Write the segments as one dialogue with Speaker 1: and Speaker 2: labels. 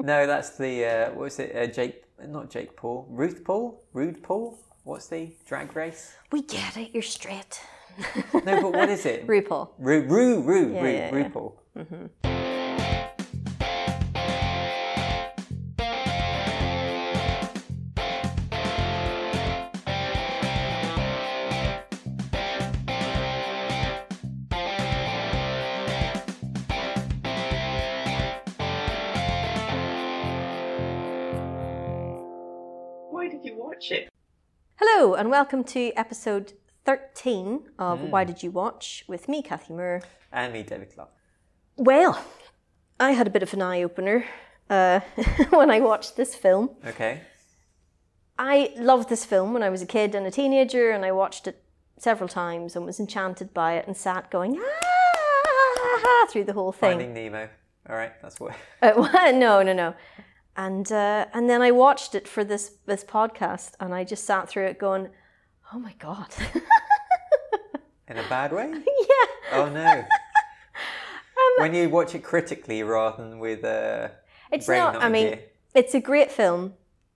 Speaker 1: No, that's the uh, what was it? Uh, Jake, not Jake Paul, Ruth Paul, Rude Paul. What's the drag race?
Speaker 2: We get it. You're straight.
Speaker 1: No, but what is it?
Speaker 2: RuPaul.
Speaker 1: Ru Ru Ru Ru
Speaker 2: yeah, Mm-hmm. yeah.
Speaker 1: RuPaul.
Speaker 3: Why did you watch it?
Speaker 2: Hello and welcome to episode 13 of Why Did You Watch with me, Kathy Moore.
Speaker 1: And me, David Clark.
Speaker 2: Well, I had a bit of an eye opener uh, when I watched this film.
Speaker 1: Okay.
Speaker 2: I loved this film when I was a kid and a teenager, and I watched it several times and was enchanted by it and sat going ah through the whole thing.
Speaker 1: Finding Nemo. All right, that's what.
Speaker 2: Uh, what? no, no, no. And uh, and then I watched it for this this podcast, and I just sat through it going, "Oh my god,
Speaker 1: In a bad way?
Speaker 2: yeah." Um,
Speaker 1: Oh no. when you watch it critically rather than with uh,
Speaker 2: It's
Speaker 1: Brain
Speaker 2: not.
Speaker 1: not
Speaker 2: I
Speaker 1: in
Speaker 2: mean,
Speaker 1: gear.
Speaker 2: it's a great film.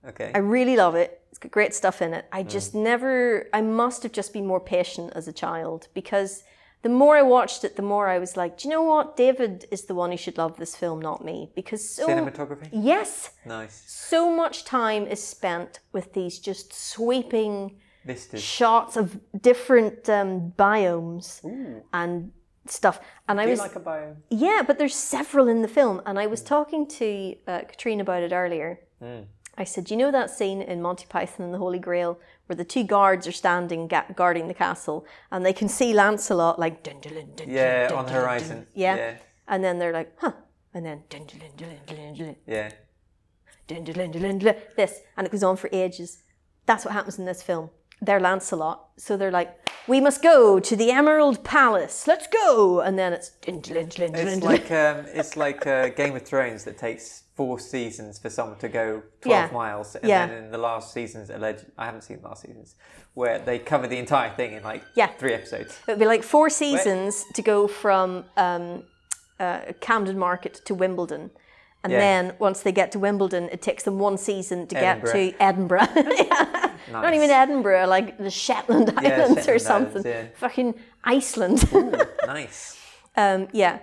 Speaker 1: okay.
Speaker 2: I really love it. It's got great stuff in it.
Speaker 1: Mm.
Speaker 2: I just never. I must have just been more patient as a child because the more I watched it, the more I was like, "Do you know what? David is the one who should love this film, not me." Because so e-
Speaker 1: Cinematography.
Speaker 2: yes,
Speaker 1: Nice.
Speaker 2: so much time is spent with these just sweeping.
Speaker 1: Vistas.
Speaker 2: shots of different um, biomes and stuff. And I
Speaker 1: Do you
Speaker 2: was
Speaker 1: like a biome?
Speaker 2: yeah, but there's several in the film. And I was talking to uh, Katrina about it earlier. I said, you know that scene in Monty Python and the Holy Grail where the two guards are standing ga- guarding the castle and they can see Lancelot like dun dun dun dun. dun,
Speaker 1: Yeah,
Speaker 2: dun,
Speaker 1: on the
Speaker 2: dun, dun."
Speaker 1: horizon.
Speaker 2: Yeah.
Speaker 1: Yeah.
Speaker 2: And then they're like, huh. And then dun dun dun dun dun dun
Speaker 1: yeah.
Speaker 2: dun, dun, dun, dun, dun, dun, this, and it goes on for ages. That's what happens in this film. They're Lancelot, so they're like, "We must go to the Emerald Palace. Let's go!" And then it's dun, dun, dun, dun, dun,
Speaker 1: It's
Speaker 2: dun.
Speaker 1: like um, it's like uh, Game of Thrones that takes four seasons for someone to go twelve
Speaker 2: Yeah.
Speaker 1: miles, and
Speaker 2: Yeah.
Speaker 1: then in the last seasons, alleged I haven't seen the last seasons where they cover the entire thing in like
Speaker 2: Yeah.
Speaker 1: three episodes.
Speaker 2: it'd be like four seasons to go from um, uh, Camden Market to Wimbledon. And
Speaker 1: Yeah.
Speaker 2: then once they get to Wimbledon, it takes them one season to get to Edinburgh. Yeah. Not
Speaker 1: Nice.
Speaker 2: even Edinburgh, like the Shetland Islands or
Speaker 1: Shetland
Speaker 2: something.
Speaker 1: Islands, yeah.
Speaker 2: Fucking Iceland.
Speaker 1: nice.
Speaker 2: Um, yeah,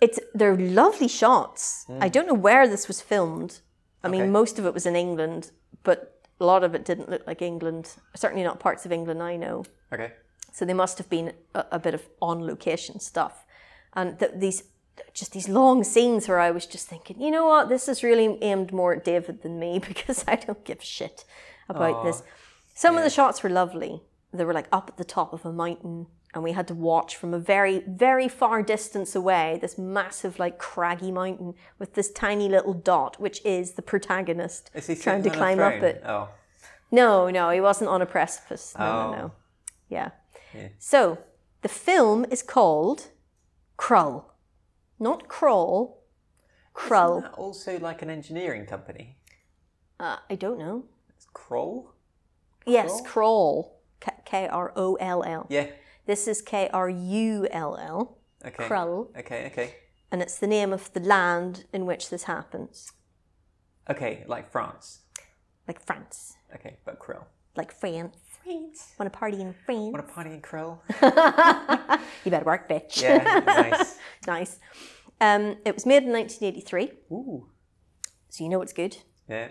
Speaker 2: it's they're lovely shots. I don't know where this was filmed. I
Speaker 1: Mm. Okay.
Speaker 2: mean, most of it was in England, but a lot of it didn't look like England. Certainly not parts of England I know.
Speaker 1: Okay.
Speaker 2: So they must have been a, a bit of on location stuff, and th- these just these long scenes where I was just thinking, you know what, this is really aimed more at David than me because I don't give a shit about this. Some of the shots were lovely. They were like up at the top of a mountain, and we had to watch from a very, very far distance away this massive, like craggy mountain with this tiny little dot, which is the protagonist
Speaker 1: Is he
Speaker 2: trying to
Speaker 1: sitting on a
Speaker 2: climb up
Speaker 1: throne?
Speaker 2: it.
Speaker 1: Oh,
Speaker 2: No, no, he wasn't on a precipice. No,
Speaker 1: Oh.
Speaker 2: no, no. Yeah.
Speaker 1: Yeah.
Speaker 2: So the film is called Krull, not Crawl. Krull.
Speaker 1: Isn't that also like an engineering company.
Speaker 2: Uh, I don't know.
Speaker 1: It's Kroll.
Speaker 2: Yes, Crawl. K R O L L.
Speaker 1: Yeah.
Speaker 2: This is K R U L L,
Speaker 1: Okay.
Speaker 2: Krull,
Speaker 1: Okay. Okay.
Speaker 2: and it's the name of the land in which this happens,
Speaker 1: Okay. Like France.
Speaker 2: like France,
Speaker 1: Okay, but Krill.
Speaker 2: like France. France. Want to party in France?
Speaker 1: Want a party in Krill?
Speaker 2: You better work, bitch.
Speaker 1: Yeah. nice.
Speaker 2: nice. Um, it was made in 1983,
Speaker 1: Ooh.
Speaker 2: so you know it's good.
Speaker 1: Yeah.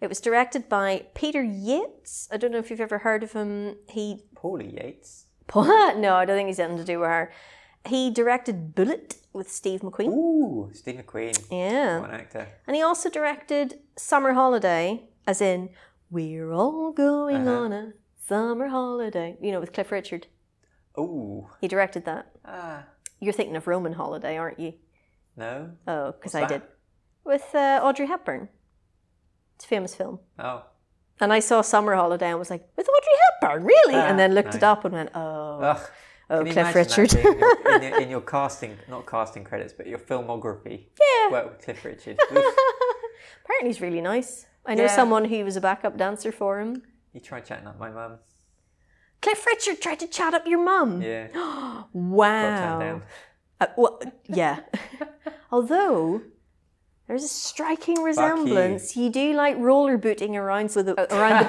Speaker 2: It was directed by Peter Yates. I don't know if you've ever heard of him. He
Speaker 1: Paulie Yates.
Speaker 2: no, I don't think he's anything to do with her. He directed Bullet with Steve McQueen.
Speaker 1: Ooh. Steve McQueen.
Speaker 2: Yeah,
Speaker 1: What an actor.
Speaker 2: and he also directed Summer Holiday, as in We're all going
Speaker 1: Uh-huh.
Speaker 2: on a summer holiday. You know, with Cliff Richard.
Speaker 1: Ooh.
Speaker 2: He directed that.
Speaker 1: Ah.
Speaker 2: You're thinking of Roman Holiday, aren't you?
Speaker 1: No.
Speaker 2: Oh, because I
Speaker 1: What's
Speaker 2: did
Speaker 1: that?
Speaker 2: with uh, Audrey Hepburn. It's a famous film.
Speaker 1: Oh.
Speaker 2: And I saw Summer Holiday and was like, with Audrey Hepburn, really?
Speaker 1: Ah,
Speaker 2: and then looked it
Speaker 1: nice.
Speaker 2: up and went, oh.
Speaker 1: Ugh.
Speaker 2: Oh,
Speaker 1: Can you
Speaker 2: Cliff
Speaker 1: imagine that
Speaker 2: Richard.
Speaker 1: being your- in, your, in your casting, not casting credits, but your filmography. Yeah. Work with Cliff Richard. Oof.
Speaker 2: Apparently, he's really nice. I know
Speaker 1: Yeah.
Speaker 2: someone who was a backup dancer for him.
Speaker 1: you try chatting up my mum.
Speaker 2: Cliff Richard tried to chat up your mum.
Speaker 1: Yeah. Got turned
Speaker 2: Oh, Wow.
Speaker 1: down.
Speaker 2: Uh, well, yeah. Although There's a striking resemblance. You do like roller booting around with a, around the,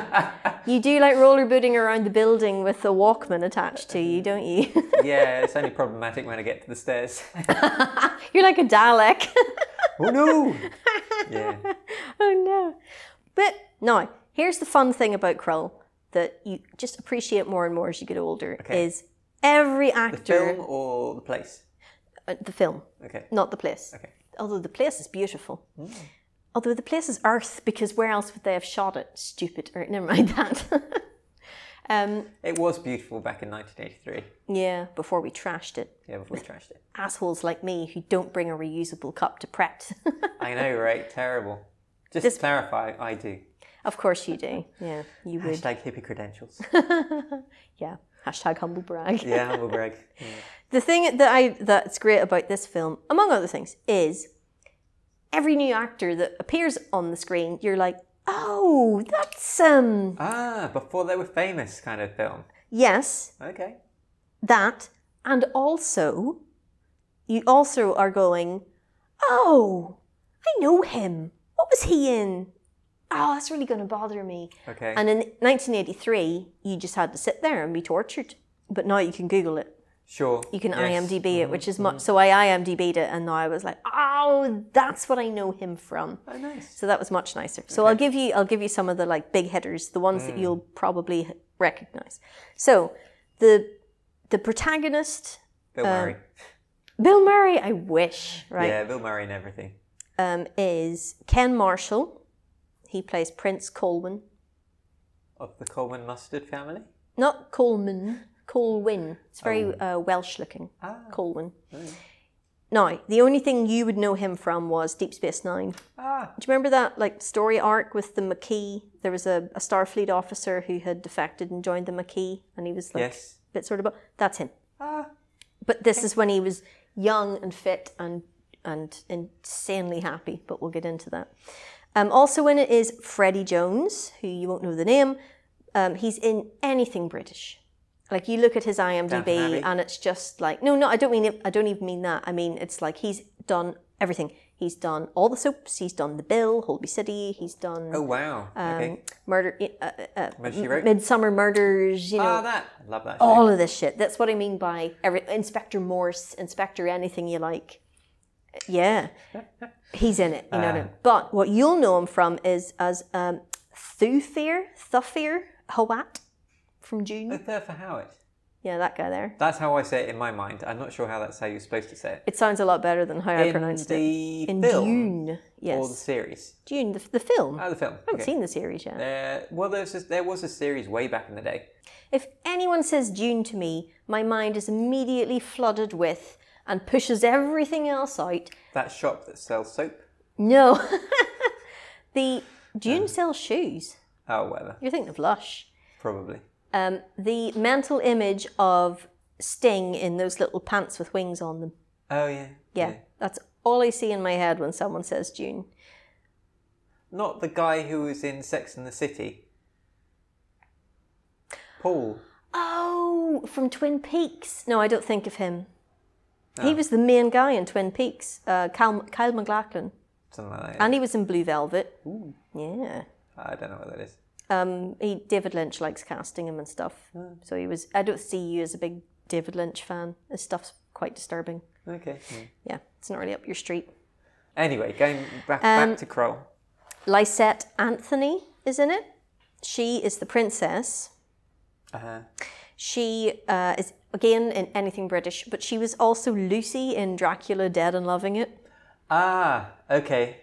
Speaker 2: you do like roller booting around the building with a Walkman attached to you, don't you?
Speaker 1: Yeah, it's only problematic when I get to the stairs.
Speaker 2: You're like a Dalek.
Speaker 1: oh no! Yeah.
Speaker 2: oh no. But now, here's the fun thing about Krull that you just appreciate more and more as you get older
Speaker 1: Okay.
Speaker 2: is every
Speaker 1: The
Speaker 2: actor
Speaker 1: film or the place?
Speaker 2: Uh, the film,
Speaker 1: Okay.
Speaker 2: not the place.
Speaker 1: Okay. Mm.
Speaker 2: Although the place is beautiful. Although the place is Earth because where else would they have shot it? Stupid. Or never mind that. um,
Speaker 1: It was beautiful back in 1983.
Speaker 2: yeah, before we trashed it.
Speaker 1: Yeah, before we trashed it.
Speaker 2: Assholes like me who don't bring a reusable cup to Pret.
Speaker 1: I know, right? Terrible. Just to clarify, I do.
Speaker 2: of course you do. Yeah, you would.
Speaker 1: Hashtag hippie credentials.
Speaker 2: Yeah. Hashtag humble brag.
Speaker 1: Yeah, humble brag. Yeah.
Speaker 2: The thing that I that's great about this film, among other things, is every new actor that appears on the screen, you're like, oh, that's um
Speaker 1: Ah, before they were famous kind of film.
Speaker 2: yes,
Speaker 1: Okay.
Speaker 2: that, and also you also are going, oh, I know him. What was he in? Oh, that's really going to bother me.
Speaker 1: Okay.
Speaker 2: And in 1983, you just had to sit there and be tortured. But now you can Google it.
Speaker 1: sure.
Speaker 2: You can
Speaker 1: yes. Mm-hmm.
Speaker 2: IMDb it, which is much. So I IMDb'd it, and now I was like, oh, that's what I know him from.
Speaker 1: Oh, nice.
Speaker 2: So that was much nicer. So I'll give you I'll give you some of the like big hitters, the ones
Speaker 1: Mm.
Speaker 2: that you'll probably recognize. So the the protagonist,
Speaker 1: Bill Murray.
Speaker 2: Bill Murray, I wish, Uh, right,
Speaker 1: Yeah, Bill Murray and everything.
Speaker 2: um, is Ken Marshall. He plays Prince Colwyn,
Speaker 1: Of the Coleman Mustard family?
Speaker 2: not Colman, Colwyn. It's very uh, Welsh looking,
Speaker 1: Oh. Ah.
Speaker 2: Colwyn. Now, the only thing you would know him from was Deep Space Nine.
Speaker 1: Ah.
Speaker 2: Do you remember that like story arc with the McKee? There was a, a Starfleet officer who had defected and joined the McKee, and he was like
Speaker 1: Yes.
Speaker 2: a bit sort of. That's him.
Speaker 1: Ah.
Speaker 2: But this is when he was young and fit and and insanely happy. But we'll get into that. Um, also in it is Freddie Jones, who you won't know the name. Um, he's in anything British. Like you look at his
Speaker 1: Downton
Speaker 2: IMDb,
Speaker 1: Abbey.
Speaker 2: and it's just like no, no. I don't mean it, I don't even mean that. I mean it's like he's done everything. He's done all the soaps. He's done The Bill, Holby City. He's done
Speaker 1: Oh, wow. okay.
Speaker 2: Murder, uh, uh,
Speaker 1: When she wrote.
Speaker 2: Midsummer Murders. You know,
Speaker 1: Ah, that. I love that. show.
Speaker 2: all of this shit. That's what I mean by every Inspector Morse, Inspector anything you like. Yeah, he's in it. You know what I
Speaker 1: Uh.
Speaker 2: mean? But what you'll know him from is as um, Thufir, Thufir Hawat from June.
Speaker 1: Third for Howard.
Speaker 2: Yeah, that guy there.
Speaker 1: That's how I say it in my mind. I'm not sure how that's how you're supposed to say it.
Speaker 2: It sounds a lot better than how I
Speaker 1: in
Speaker 2: pronounced it.
Speaker 1: the
Speaker 2: In
Speaker 1: film
Speaker 2: Dune,
Speaker 1: or the
Speaker 2: yes,
Speaker 1: series?
Speaker 2: Dune, the, the film. I
Speaker 1: Oh, the film.
Speaker 2: haven't
Speaker 1: Okay.
Speaker 2: seen the series yet.
Speaker 1: Uh, well, there was, a, there was a series way back in the day.
Speaker 2: If anyone says Dune to me, my mind is immediately flooded with and pushes everything else out
Speaker 1: That shop that sells soap.
Speaker 2: No. the June sells shoes.
Speaker 1: Oh, whatever.
Speaker 2: You're thinking of Lush.
Speaker 1: Probably.
Speaker 2: Um, the mental image of Sting in those little pants with wings on them.
Speaker 1: Oh, yeah.
Speaker 2: Yeah, that's all I see in my head when someone says June.
Speaker 1: Not the guy who was in Sex and the City. Paul.
Speaker 2: Oh, from Twin Peaks. No, I don't think of him. He was the main guy in Twin Peaks, uh, Kyle, Kyle McLachlan.
Speaker 1: Something like that.
Speaker 2: And he was in Blue Velvet. Yeah.
Speaker 1: I don't know what that is.
Speaker 2: Um, he, David Lynch likes casting him and stuff. So he was. I don't see you as a big David Lynch fan. His stuff's quite disturbing.
Speaker 1: Okay. Mm.
Speaker 2: Yeah, it's not really up your street.
Speaker 1: Anyway, going back,
Speaker 2: Um,
Speaker 1: back to Kroll.
Speaker 2: Lysette Anthony is in it. She is the princess.
Speaker 1: Uh-huh.
Speaker 2: She uh, is again in anything British, but she was also Lucy in Dracula Dead and Loving It.
Speaker 1: Ah, okay.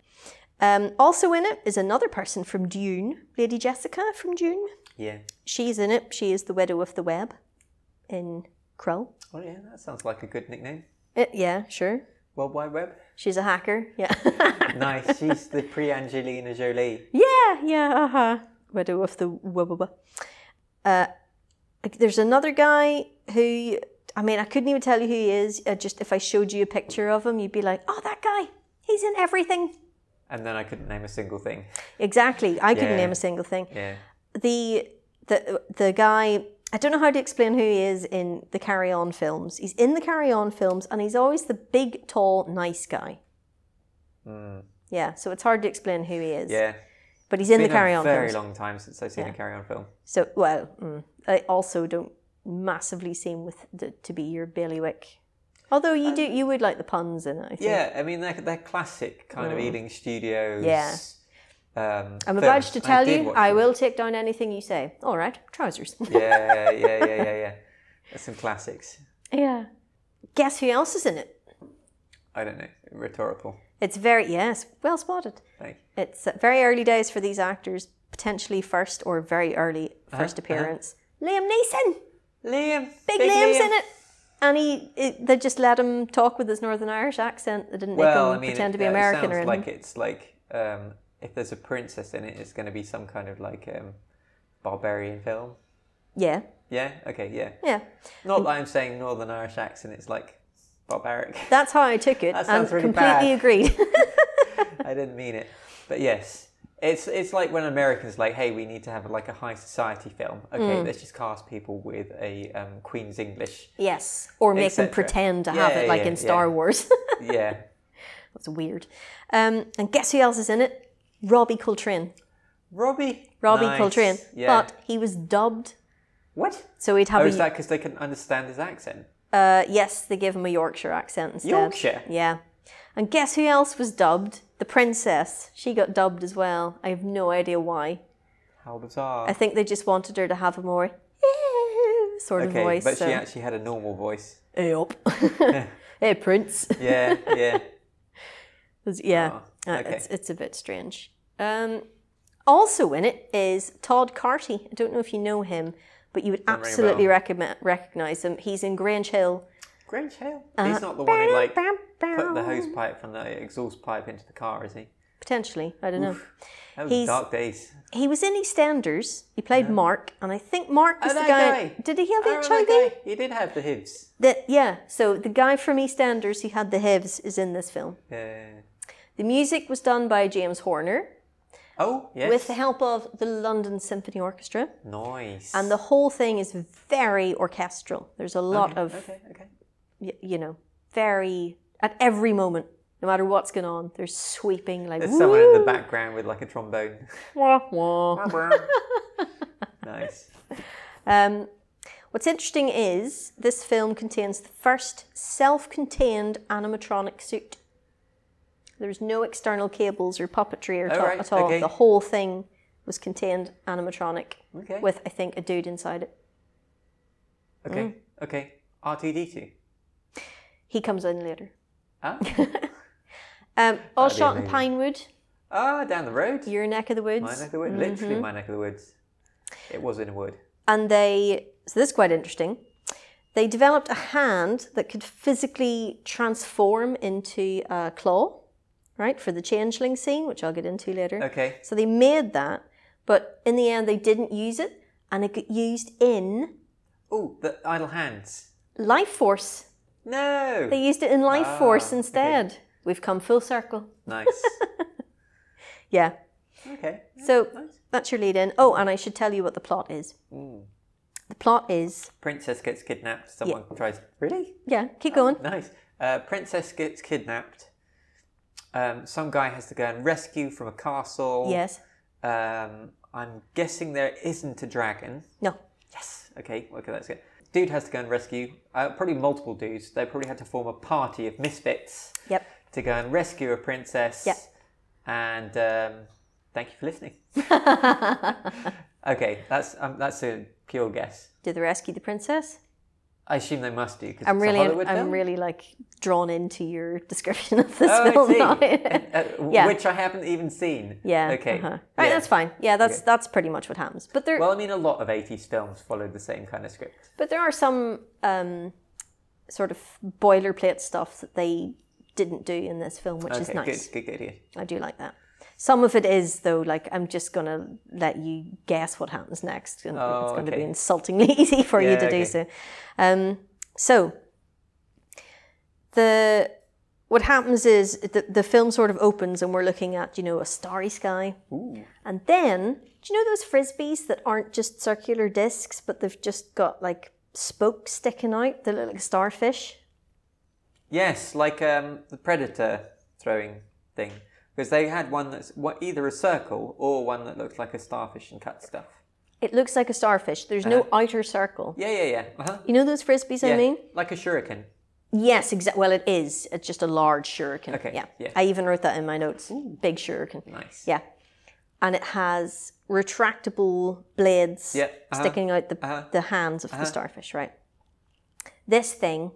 Speaker 2: Um, also in it is another person from Dune, Lady Jessica from Dune.
Speaker 1: Yeah.
Speaker 2: She's in it. She is the widow of the web in Krull.
Speaker 1: Oh, yeah, that sounds like a good nickname.
Speaker 2: Uh, yeah, sure.
Speaker 1: World Wide Web.
Speaker 2: She's a hacker. Yeah.
Speaker 1: Nice. She's the pre Angelina Jolie.
Speaker 2: yeah, yeah, uh huh. Widow of the Wubba. Uh, there's another guy who, I mean, I couldn't even tell you who he is. Uh, just if I showed you a picture of him, you'd be like, oh, that guy. He's in everything.
Speaker 1: And then I couldn't name a single thing.
Speaker 2: Exactly. I couldn't
Speaker 1: Yeah.
Speaker 2: name a single thing.
Speaker 1: Yeah.
Speaker 2: The, the, the guy, I don't know how to explain who he is in the Carry On films. He's in the Carry On films and he's always the big, tall, nice guy. Yeah, so it's hard to explain who he is.
Speaker 1: Hmm. Yeah.
Speaker 2: But he's in
Speaker 1: Been
Speaker 2: the Carry On
Speaker 1: a very
Speaker 2: films.
Speaker 1: long time since I've seen a
Speaker 2: Yeah.
Speaker 1: Carry On film.
Speaker 2: So, well, mm, I also don't massively seem with the, to be your bailiwick. Although you do, you would like the puns in it. I think.
Speaker 1: Yeah, I mean they're, they're classic kind of Ealing Studios.
Speaker 2: Mm. Yeah.
Speaker 1: Um,
Speaker 2: I'm
Speaker 1: films.
Speaker 2: obliged to
Speaker 1: And I
Speaker 2: tell
Speaker 1: did
Speaker 2: you,
Speaker 1: watch
Speaker 2: I
Speaker 1: them.
Speaker 2: will take down anything you say. All right, trousers.
Speaker 1: yeah, yeah, yeah, yeah, yeah, yeah. There's some classics.
Speaker 2: yeah. Guess who else is in it?
Speaker 1: I don't know. Rhetorical.
Speaker 2: It's very yes, well spotted.
Speaker 1: Like,
Speaker 2: It's uh, very early days for these actors, potentially first or very early 1st appearance. Liam Neeson,
Speaker 1: Liam.
Speaker 2: big, Liam's in it, and he it, they just let him talk with his Northern Irish accent. They didn't
Speaker 1: Well,
Speaker 2: make him
Speaker 1: I mean,
Speaker 2: pretend
Speaker 1: it,
Speaker 2: to be
Speaker 1: yeah,
Speaker 2: American
Speaker 1: it sounds
Speaker 2: or anything.
Speaker 1: like it's like um, if there's a princess in it, it's going to be some kind of like um, barbarian film.
Speaker 2: Yeah,
Speaker 1: Yeah. Okay. Yeah.
Speaker 2: yeah.
Speaker 1: Not that I'm saying Northern Irish accent. It's like barbaric.
Speaker 2: That's how I took it,
Speaker 1: That
Speaker 2: and
Speaker 1: sounds really
Speaker 2: completely
Speaker 1: bad.
Speaker 2: agreed.
Speaker 1: I didn't mean it, but yes, it's it's like when Americans like, hey, we need to have like a high society film. Okay,
Speaker 2: Mm.
Speaker 1: let's just cast people with a um, Queen's English.
Speaker 2: yes, or make them
Speaker 1: Etcetera.
Speaker 2: pretend to
Speaker 1: Yeah,
Speaker 2: have it,
Speaker 1: yeah,
Speaker 2: like
Speaker 1: yeah,
Speaker 2: in Star
Speaker 1: yeah.
Speaker 2: Wars.
Speaker 1: Yeah.
Speaker 2: That's weird. Um, and guess who else is in it? Robbie Coltrane.
Speaker 1: Robbie.
Speaker 2: Robbie
Speaker 1: Nice.
Speaker 2: Coltrane.
Speaker 1: Yeah.
Speaker 2: But he was dubbed,
Speaker 1: what?
Speaker 2: so he'd have
Speaker 1: Oh,
Speaker 2: a
Speaker 1: is that because they couldn't understand his accent?
Speaker 2: Uh, yes, they gave him a Yorkshire accent instead.
Speaker 1: Yorkshire?
Speaker 2: Yeah. And guess who else was dubbed? The princess. She got dubbed as well. I have no idea why.
Speaker 1: How bizarre.
Speaker 2: I think they just wanted her to have a more sort of
Speaker 1: okay,
Speaker 2: voice.
Speaker 1: but
Speaker 2: so.
Speaker 1: she actually had a normal voice.
Speaker 2: hey, up. hey, prince.
Speaker 1: Yeah, yeah.
Speaker 2: It's- Yeah,
Speaker 1: Oh,
Speaker 2: uh,
Speaker 1: okay.
Speaker 2: it's it's a bit strange. Um, also in it is Todd Carty. I don't know if you know him, but you would
Speaker 1: ring a
Speaker 2: absolutely recommend, recognize him. He's in Grange Hill.
Speaker 1: Grange Hill.
Speaker 2: Uh,
Speaker 1: He's not the one who like
Speaker 2: Bam, bam,
Speaker 1: put the
Speaker 2: bam.
Speaker 1: hose pipe from the exhaust pipe into the car, is he?
Speaker 2: Potentially, I don't know.
Speaker 1: That was
Speaker 2: He's-
Speaker 1: dark days.
Speaker 2: He was in EastEnders. He played Mark, and I think Mark was
Speaker 1: Oh, that
Speaker 2: the guy.
Speaker 1: guy.
Speaker 2: Did he have
Speaker 1: I remember
Speaker 2: HIV?
Speaker 1: that guy. He did have the hibs.
Speaker 2: The- yeah. So the guy from EastEnders who had the hives is in this film.
Speaker 1: Yeah.
Speaker 2: The music was done by James Horner
Speaker 1: Oh, yes.
Speaker 2: with the help of the London Symphony Orchestra.
Speaker 1: Nice.
Speaker 2: and the whole thing is very orchestral. There's a lot of
Speaker 1: Okay, okay.
Speaker 2: y- you know, very at every moment, no matter what's going on, there's sweeping like
Speaker 1: There's someone in the
Speaker 2: "Woo,
Speaker 1: background with like a trombone.
Speaker 2: wah, wah."
Speaker 1: nice.
Speaker 2: Um, what's interesting is this film contains the first self-contained animatronic suit. There's no external cables or puppetry or
Speaker 1: Oh,
Speaker 2: to-
Speaker 1: right,
Speaker 2: at all.
Speaker 1: okay.
Speaker 2: The whole thing was contained animatronic
Speaker 1: Okay.
Speaker 2: with I think a dude inside it.
Speaker 1: okay.
Speaker 2: mm.
Speaker 1: Okay. R2D2.
Speaker 2: He comes in later.
Speaker 1: Ah,
Speaker 2: Um, all
Speaker 1: be
Speaker 2: shot in
Speaker 1: amazing.
Speaker 2: Pinewood,
Speaker 1: ah down the road.
Speaker 2: your neck of the woods.
Speaker 1: My neck of the woods. Literally
Speaker 2: Mm-hmm.
Speaker 1: my neck of the woods. It was in a wood.
Speaker 2: and they so this is quite interesting they developed a hand that could physically transform into a claw right for the changeling scene which i'll get into later
Speaker 1: Okay.
Speaker 2: so they made that but in the end they didn't use it and it got used in
Speaker 1: Oh, the idle hands.
Speaker 2: life force
Speaker 1: No.
Speaker 2: they used it in life
Speaker 1: Ah,
Speaker 2: force
Speaker 1: okay.
Speaker 2: instead we've come full circle
Speaker 1: Nice.
Speaker 2: yeah
Speaker 1: okay.
Speaker 2: so
Speaker 1: Nice.
Speaker 2: that's your lead in oh and i should tell you what the plot is the plot is
Speaker 1: Princess gets kidnapped. Someone tries. Really?
Speaker 2: yeah
Speaker 1: Oh,
Speaker 2: keep going
Speaker 1: Nice. Uh, princess gets kidnapped. Um, some guy has to go and rescue from a castle.
Speaker 2: yes
Speaker 1: Um, I'm guessing there isn't a dragon.
Speaker 2: no
Speaker 1: Yes. Okay. Okay, that's good. Dude has to go and rescue. Uh, probably multiple dudes. They probably had to form a party of misfits
Speaker 2: yep
Speaker 1: to go and rescue a princess.
Speaker 2: Yeah.
Speaker 1: And um, thank you for listening. okay, that's um, that's a pure guess.
Speaker 2: do they rescue the princess
Speaker 1: I assume they must do because
Speaker 2: I'm
Speaker 1: it's
Speaker 2: really,
Speaker 1: a Hollywood
Speaker 2: I'm
Speaker 1: film.
Speaker 2: really like drawn into your description of this
Speaker 1: Oh, I
Speaker 2: film.
Speaker 1: see.
Speaker 2: now.
Speaker 1: Uh, w-
Speaker 2: Yeah.
Speaker 1: Which I haven't even seen.
Speaker 2: yeah.
Speaker 1: Okay.
Speaker 2: uh-huh. Right.
Speaker 1: Yeah.
Speaker 2: That's fine. Yeah. That's that's pretty much what happens. But there,
Speaker 1: Well, I mean, a lot of 80s films followed the same kind of script.
Speaker 2: but there are some um, sort of boilerplate stuff that they didn't do in this film, which is
Speaker 1: okay,
Speaker 2: nice.
Speaker 1: good, good, good, good.
Speaker 2: I do like that. Some of it is though, like I'm just gonna let you guess what happens next, and it's going to be
Speaker 1: Oh, okay.
Speaker 2: insultingly easy for you
Speaker 1: Yeah,
Speaker 2: to do
Speaker 1: okay.
Speaker 2: so. Um, so the what happens is the, the film sort of opens, and we're looking at you know a starry sky,
Speaker 1: Ooh.
Speaker 2: and then do you know those frisbees that aren't just circular discs, but they've just got like spokes sticking out? They look like a starfish.
Speaker 1: Yes, like um, the Predator throwing thing. Because they had one that's what, either a circle or one that looks like a starfish and cut stuff.
Speaker 2: It looks like a starfish. There's no outer circle.
Speaker 1: Uh-huh. Yeah, yeah, yeah. Uh huh.
Speaker 2: You know those frisbees I
Speaker 1: Yeah.
Speaker 2: mean?
Speaker 1: Like a shuriken.
Speaker 2: Yes, exactly. Well, it is. It's just a large shuriken.
Speaker 1: Okay,
Speaker 2: Yeah.
Speaker 1: yeah.
Speaker 2: I even wrote that in my notes. Big shuriken.
Speaker 1: Nice.
Speaker 2: Yeah. And it has retractable blades
Speaker 1: Yeah, uh-huh,
Speaker 2: sticking out the,
Speaker 1: uh-huh.
Speaker 2: the hands of the starfish, right? This thing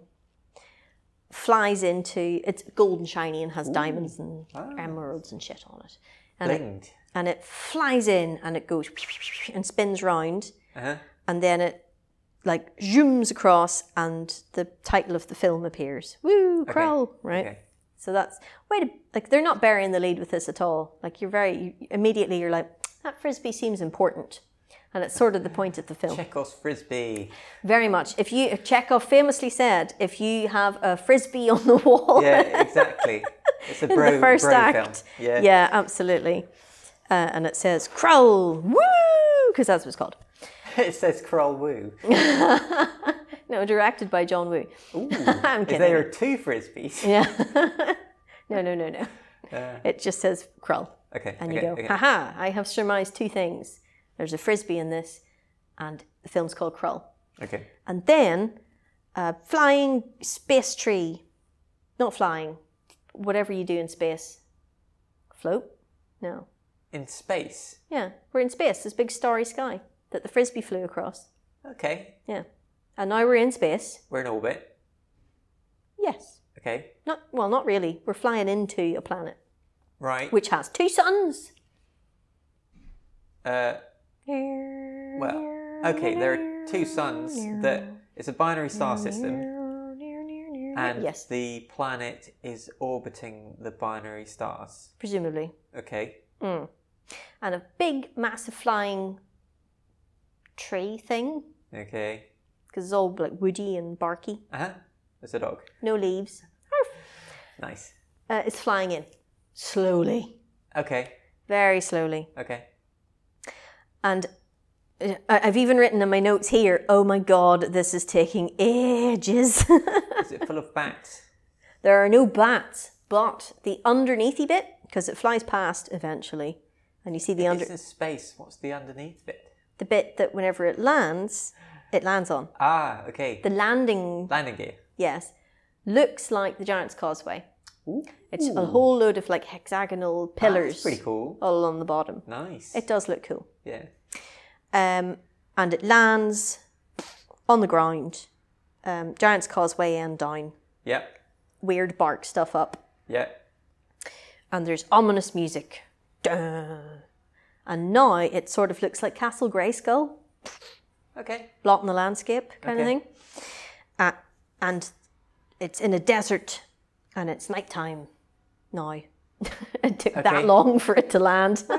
Speaker 2: flies into it's gold and shiny and has diamonds and
Speaker 1: Ah.
Speaker 2: emeralds and shit on it. And it
Speaker 1: Blinged.
Speaker 2: and it flies in and it goes and spins round
Speaker 1: Uh-huh.
Speaker 2: and then it like zooms across and the title of the film appears. Woo, Krull, right?
Speaker 1: Okay.
Speaker 2: So that's wait, a- like they're not burying the lead with this at all. Like you're very you, immediately you're like that frisbee seems important, and it's sort of the point of the film.
Speaker 1: Chekhov's frisbee.
Speaker 2: Very much. If you Chekhov famously said, if you have a frisbee on the wall,
Speaker 1: Yeah, exactly. It's a bro,
Speaker 2: the first
Speaker 1: bro
Speaker 2: act.
Speaker 1: film. Yeah.
Speaker 2: absolutely. Uh, and it says Krull, woo, because that's what it's called.
Speaker 1: It says Krull Woo.
Speaker 2: No, directed by John Woo.
Speaker 1: Ooh.
Speaker 2: I'm
Speaker 1: If
Speaker 2: kidding.
Speaker 1: there are two frisbees.
Speaker 2: Yeah. no, no, no, no. it just says Krull.
Speaker 1: Okay.
Speaker 2: And
Speaker 1: okay,
Speaker 2: you go,
Speaker 1: okay.
Speaker 2: haha, I have surmised two things. There's a frisbee in this, and the film's called Krull.
Speaker 1: okay.
Speaker 2: And then a flying space tree. Not flying. Whatever you do in space. Float? No.
Speaker 1: In space.
Speaker 2: Yeah, we're in space. This big starry sky that the frisbee flew across.
Speaker 1: Okay.
Speaker 2: Yeah. And now we're in space.
Speaker 1: We're in orbit.
Speaker 2: Yes.
Speaker 1: Okay.
Speaker 2: Not well, not really. We're flying into a planet
Speaker 1: Right.
Speaker 2: which has two suns.
Speaker 1: Uh, well, okay. There are two suns that it's a binary star system, and
Speaker 2: yes,
Speaker 1: the planet is orbiting the binary stars.
Speaker 2: presumably. Mm.
Speaker 1: Okay.
Speaker 2: And a big, massive flying tree thing
Speaker 1: Okay.
Speaker 2: because it's all like woody and barky,
Speaker 1: Uh huh. There's a dog.
Speaker 2: no leaves.
Speaker 1: Nice.
Speaker 2: Uh, it's flying in slowly,
Speaker 1: Okay.
Speaker 2: very slowly.
Speaker 1: Okay.
Speaker 2: And uh, I- I've even written in my notes here, oh my god, this is taking ages.
Speaker 1: Is it full of bats?
Speaker 2: there are no bats, but the underneathy bit, because it flies past eventually, and you see the under
Speaker 1: It's in space. What's the underneath bit?
Speaker 2: the bit that whenever it lands, it lands on.
Speaker 1: Ah. Okay.
Speaker 2: The landing,
Speaker 1: Landing gear.
Speaker 2: yes, looks like the Giant's Causeway.
Speaker 1: Ooh. Ah,
Speaker 2: It's a whole load of like hexagonal pillars
Speaker 1: That's pretty cool.
Speaker 2: all along the bottom.
Speaker 1: Nice.
Speaker 2: It does look cool.
Speaker 1: yeah.
Speaker 2: Um, and it lands on the ground. Um, Giant's Causeway and down.
Speaker 1: Yep.
Speaker 2: Weird bark stuff up.
Speaker 1: Yep.
Speaker 2: And there's ominous music. Dun. And now it sort of looks like Castle Grayskull.
Speaker 1: Okay.
Speaker 2: blotting the landscape kind
Speaker 1: Okay.
Speaker 2: of thing. Uh, and it's in a desert and it's nighttime now. it took
Speaker 1: Okay.
Speaker 2: that long for it to land.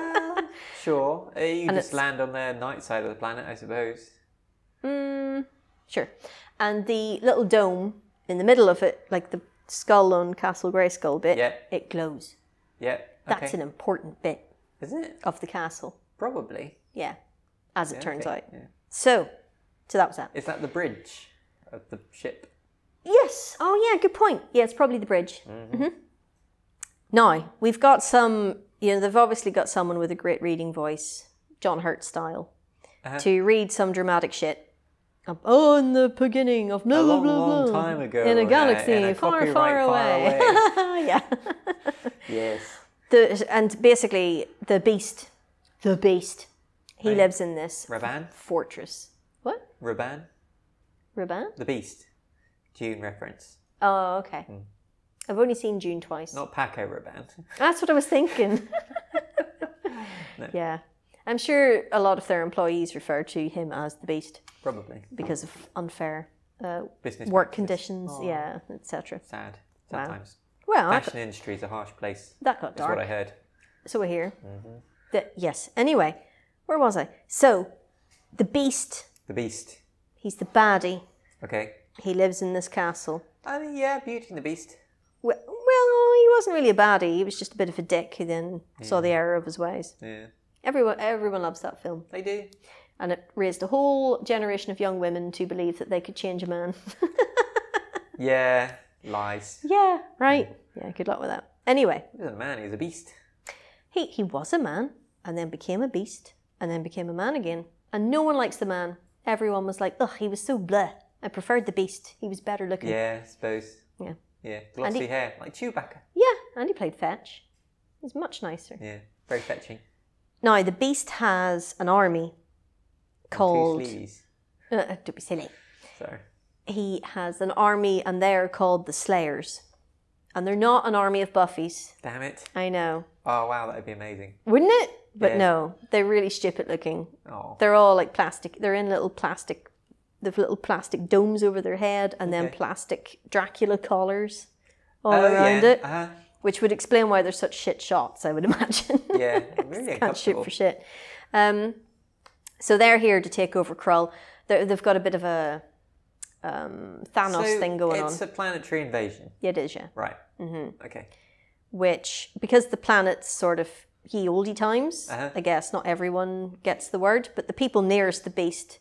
Speaker 1: Sure. Uh, You just
Speaker 2: it's-
Speaker 1: land on the night side of the planet, I suppose.
Speaker 2: sure. And the little dome in the middle of it, like the skull on Castle Grayskull bit,
Speaker 1: Yeah.
Speaker 2: it glows.
Speaker 1: Yep. Okay.
Speaker 2: That's an important bit
Speaker 1: Is it?
Speaker 2: of the castle.
Speaker 1: Probably.
Speaker 2: Yeah, as it turns
Speaker 1: Okay,
Speaker 2: out.
Speaker 1: yeah.
Speaker 2: So, so that was that.
Speaker 1: Is that the bridge of the ship?
Speaker 2: Yes. Oh, yeah. Good point. Yeah, it's probably the bridge. Mm-hmm. Now we've got some. You know, they've obviously got someone with a great reading voice, John Hurt style,
Speaker 1: Uh-huh.
Speaker 2: to read some dramatic shit. Um, Oh, in the beginning of blah
Speaker 1: A
Speaker 2: blah
Speaker 1: long,
Speaker 2: blah
Speaker 1: long
Speaker 2: blah,
Speaker 1: time ago.
Speaker 2: in a
Speaker 1: and
Speaker 2: galaxy
Speaker 1: and a
Speaker 2: far,
Speaker 1: copyright
Speaker 2: far away. yeah.
Speaker 1: yes.
Speaker 2: The, and basically, the beast, the beast, he
Speaker 1: Right.
Speaker 2: lives in this
Speaker 1: Raban?
Speaker 2: fortress. What?
Speaker 1: Raban?
Speaker 2: Raban?
Speaker 1: The Beast. June reference.
Speaker 2: Oh, okay. I've only seen June twice.
Speaker 1: Hmm. Not Paco Raban.
Speaker 2: That's what I was thinking. Yeah. I'm sure a lot of their employees refer to him as the beast
Speaker 1: Probably.
Speaker 2: because of unfair uh,
Speaker 1: Business
Speaker 2: work
Speaker 1: practices.
Speaker 2: conditions, yeah, etc.
Speaker 1: Sad. Sometimes.
Speaker 2: Well, I-
Speaker 1: Fashion industry is a harsh place.
Speaker 2: that got
Speaker 1: That's what
Speaker 2: dark.
Speaker 1: I Mm-hmm. heard.
Speaker 2: So we're here. That yes. Anyway, where was I? So, the beast.
Speaker 1: The Beast.
Speaker 2: He's the baddie.
Speaker 1: Okay.
Speaker 2: He lives in this castle.
Speaker 1: I mean, yeah, Beauty and the Beast.
Speaker 2: We- Well, he wasn't really a baddie. He was just a bit of a dick who then
Speaker 1: Mm.
Speaker 2: saw the error of his ways.
Speaker 1: Yeah.
Speaker 2: Everyone, everyone loves that film.
Speaker 1: They do.
Speaker 2: and it raised a whole generation of young women to believe that they could change a man.
Speaker 1: Yeah. Lies.
Speaker 2: yeah, right. Yeah, good luck with that. Anyway,
Speaker 1: He was a man, he was a beast.
Speaker 2: He, he was a man and then became a beast and then became a man again. And no one likes the man. Everyone was like, ugh, he was so bleh. I preferred the beast. He was better looking.
Speaker 1: Yeah, I suppose.
Speaker 2: Yeah.
Speaker 1: Yeah. Glossy
Speaker 2: he-
Speaker 1: hair, like Chewbacca.
Speaker 2: Yeah, and he played fetch. He's much nicer.
Speaker 1: Yeah. Very fetching.
Speaker 2: Now, the beast has an army called.
Speaker 1: Two sleeves.
Speaker 2: Uh, don't be silly.
Speaker 1: So
Speaker 2: He has an army, and they're called the Slayers. And they're not an army of Buffies.
Speaker 1: damn it.
Speaker 2: I know.
Speaker 1: Oh wow, that'd be amazing.
Speaker 2: Wouldn't it? But
Speaker 1: Yeah.
Speaker 2: no, they're really stupid looking.
Speaker 1: Oh.
Speaker 2: They're all like plastic. They're in little plastic, they've little plastic domes over their head, and then
Speaker 1: Okay.
Speaker 2: plastic Dracula collars all
Speaker 1: Oh,
Speaker 2: around
Speaker 1: yeah.
Speaker 2: it,
Speaker 1: Uh-huh.
Speaker 2: which would explain why they're such shit shots. I would imagine.
Speaker 1: Yeah. Really
Speaker 2: Can't shoot
Speaker 1: uncomfortable.
Speaker 2: for shit. Um, so they're here to take over Krull. They're, they've got a bit of a um,
Speaker 1: So
Speaker 2: Thanos thing going on.
Speaker 1: it's a planetary invasion,
Speaker 2: Yeah, it is, yeah.
Speaker 1: right? Mm-hmm. Okay.
Speaker 2: Which, because the planet's sort of ye olde times,
Speaker 1: Uh-huh.
Speaker 2: I guess not everyone gets the word, but the people nearest the beast,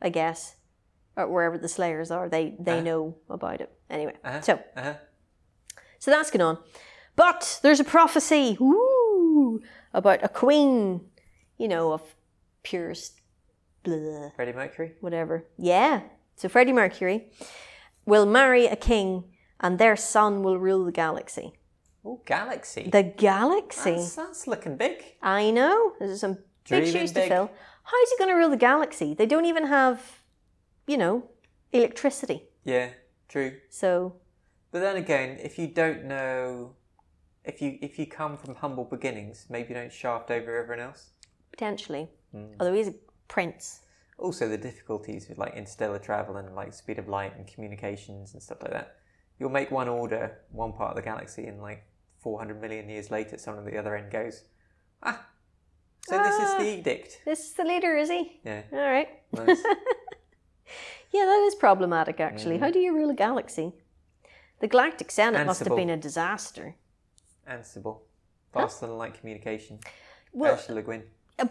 Speaker 2: I guess, or wherever the Slayers are, they they know about it anyway. So,
Speaker 1: Uh-huh.
Speaker 2: so that's going on. But there's a prophecy woo, about a queen, you know, of purest blah,
Speaker 1: Freddie Mercury.
Speaker 2: whatever. Yeah. So Freddie Mercury will marry a king and their son will rule the galaxy.
Speaker 1: Oh, galaxy.
Speaker 2: The galaxy?
Speaker 1: That's, that's looking big.
Speaker 2: I know. Those are some big
Speaker 1: Dreaming
Speaker 2: shoes to
Speaker 1: big.
Speaker 2: fill. How's he going to rule the galaxy? They don't even have, you know, electricity.
Speaker 1: Yeah. True.
Speaker 2: So,
Speaker 1: But then again, if you don't know, if you if you come from humble beginnings, maybe you don't shaft over everyone else. Hmm.
Speaker 2: potentially. Although he's a prince.
Speaker 1: Also, the difficulties with like interstellar travel and like speed of light and communications and stuff like that. You'll make one order, one part of the galaxy, and like 400 million years later, someone at the other end goes, ah. So this is
Speaker 2: Ah.
Speaker 1: the edict.
Speaker 2: This is the leader, is he?
Speaker 1: Yeah.
Speaker 2: All right.
Speaker 1: Nice.
Speaker 2: Yeah, that is problematic, actually.
Speaker 1: Mm.
Speaker 2: How do you rule a galaxy? The Galactic Senate must have
Speaker 1: Ansible.
Speaker 2: been a disaster.
Speaker 1: Ansible. Faster than light communication.
Speaker 2: Well,
Speaker 1: Ursula Le Guin.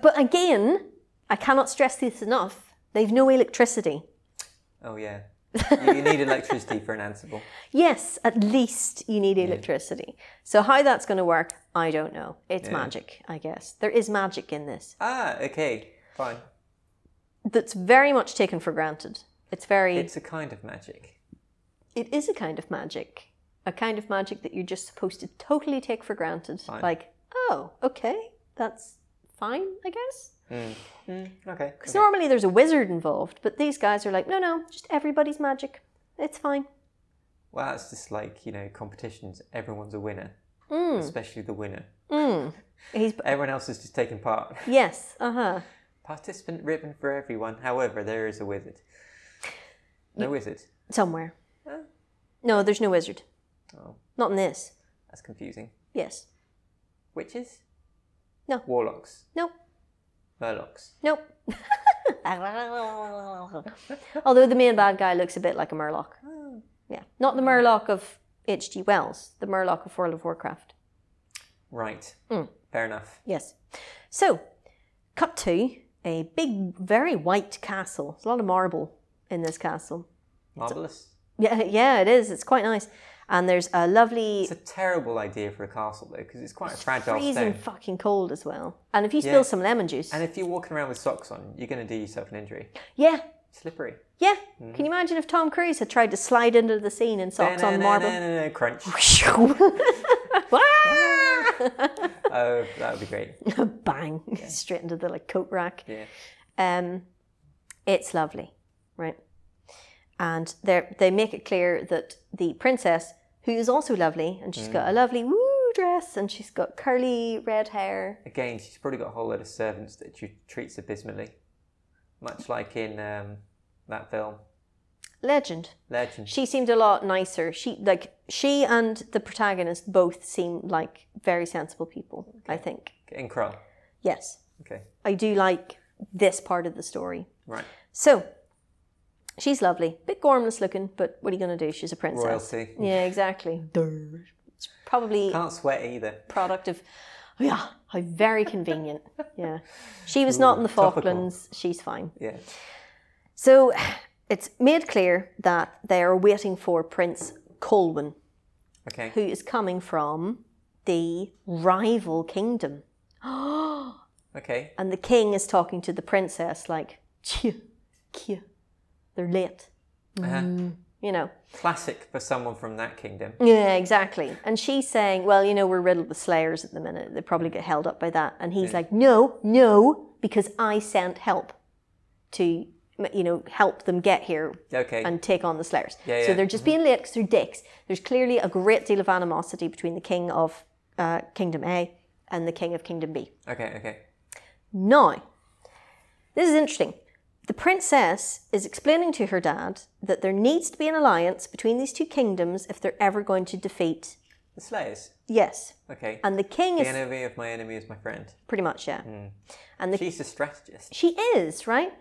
Speaker 2: But again, I cannot stress this enough. They've no electricity.
Speaker 1: Oh yeah. you, you need electricity for an Ansible.
Speaker 2: Yes, at least you need electricity. So how that's going to work, I don't know. It's magic, I guess. There is magic in this
Speaker 1: Ah, okay, fine.
Speaker 2: that's very much taken for granted. It's very
Speaker 1: It's a kind of magic.
Speaker 2: it is a kind of magic, a kind of magic that you're just supposed to totally take for granted. Like, oh, okay, that's fine, I guess. Hmm.
Speaker 1: Okay.
Speaker 2: Because normally there's a wizard involved, but these guys are like, no, no, just everybody's magic. It's fine.
Speaker 1: Well, it's just like you know competitions. Everyone's a winner,
Speaker 2: Hmm.
Speaker 1: especially the winner.
Speaker 2: Mm. He's
Speaker 1: Everyone else is just taking part.
Speaker 2: yes, uh huh.
Speaker 1: Participant ribbon for everyone. However, there is a wizard. No wizard.
Speaker 2: Somewhere. No, there's no wizard.
Speaker 1: Oh.
Speaker 2: Not in this.
Speaker 1: That's confusing.
Speaker 2: Yes.
Speaker 1: Witches.
Speaker 2: No.
Speaker 1: Warlocks.
Speaker 2: Nope.
Speaker 1: Murlocs.
Speaker 2: Nope. Although the main bad guy looks a bit like a Murloc. Yeah. Not the Murloc of H.G. Wells, the Murloc of World of Warcraft.
Speaker 1: Right. Fair enough.
Speaker 2: Yes. So, cut to a big, very white castle. There's a lot of marble in this castle.
Speaker 1: Marvelous.
Speaker 2: Yeah, yeah, it is. It's quite nice. And there's a lovely,
Speaker 1: It's a terrible idea for a castle though, because it's quite a fragile stone.
Speaker 2: freezing fucking cold as well. And if you
Speaker 1: Yeah.
Speaker 2: spill some lemon juice,
Speaker 1: And if you're walking around with socks on, you're going to do yourself an injury.
Speaker 2: yeah,
Speaker 1: Slippery.
Speaker 2: yeah.
Speaker 1: Mm-hmm.
Speaker 2: Can you imagine if Tom Cruise had tried to slide into the scene in socks on marble?
Speaker 1: No, crunch. Oh, that would be great.
Speaker 2: Bang! Straight into the like coat rack.
Speaker 1: Yeah.
Speaker 2: Um, it's lovely, right? And they they make it clear that the princess, who is also lovely, and she's got a lovely woo dress, and she's got curly red hair.
Speaker 1: Again, she's probably got a whole load of servants that she treats abysmally, much like in um, that film
Speaker 2: Legend.
Speaker 1: Legend.
Speaker 2: She seemed a lot nicer. She like she and the protagonist both seem like very sensible people. I think
Speaker 1: in Krull.
Speaker 2: yes,
Speaker 1: Okay,
Speaker 2: I do like this part of the story.
Speaker 1: right.
Speaker 2: So she's lovely, bit gormless looking, but what are you gonna do? She's a princess.
Speaker 1: Royalty.
Speaker 2: Yeah, exactly. It's probably
Speaker 1: Can't sweat either.
Speaker 2: product of oh yeah, how very convenient. yeah, she was not in the
Speaker 1: topical.
Speaker 2: Falklands. She's fine.
Speaker 1: Yeah.
Speaker 2: So it's made clear that they are waiting for Prince Colwyn,
Speaker 1: Okay.
Speaker 2: who is coming from the rival kingdom and
Speaker 1: Okay.
Speaker 2: the king is talking to the princess like, "Phew, phew, they're late,
Speaker 1: Uh-huh.
Speaker 2: you know.
Speaker 1: Classic for someone from that kingdom.
Speaker 2: Yeah, exactly. And she's saying, well, you know, we're riddled with slayers at the minute. They
Speaker 1: Mm.
Speaker 2: probably get held up by that. And he's like, no, no, because I sent help to, you know, help them get here
Speaker 1: Okay.
Speaker 2: and take on the slayers.
Speaker 1: Yeah, Mm-hmm.
Speaker 2: So
Speaker 1: yeah.
Speaker 2: they're just being late 'cause they're dicks. There's clearly a great deal of animosity between the king of uh, Kingdom A and the king of Kingdom B.
Speaker 1: okay, okay.
Speaker 2: Now, this is interesting. The princess is explaining to her dad that there needs to be an alliance between these two kingdoms if they're ever going to defeat.
Speaker 1: The Slayers.
Speaker 2: Yes.
Speaker 1: Okay.
Speaker 2: And the king
Speaker 1: the
Speaker 2: is
Speaker 1: enemy of my enemy is my friend.
Speaker 2: pretty much, yeah. And the,
Speaker 1: She's a strategist.
Speaker 2: she is, right?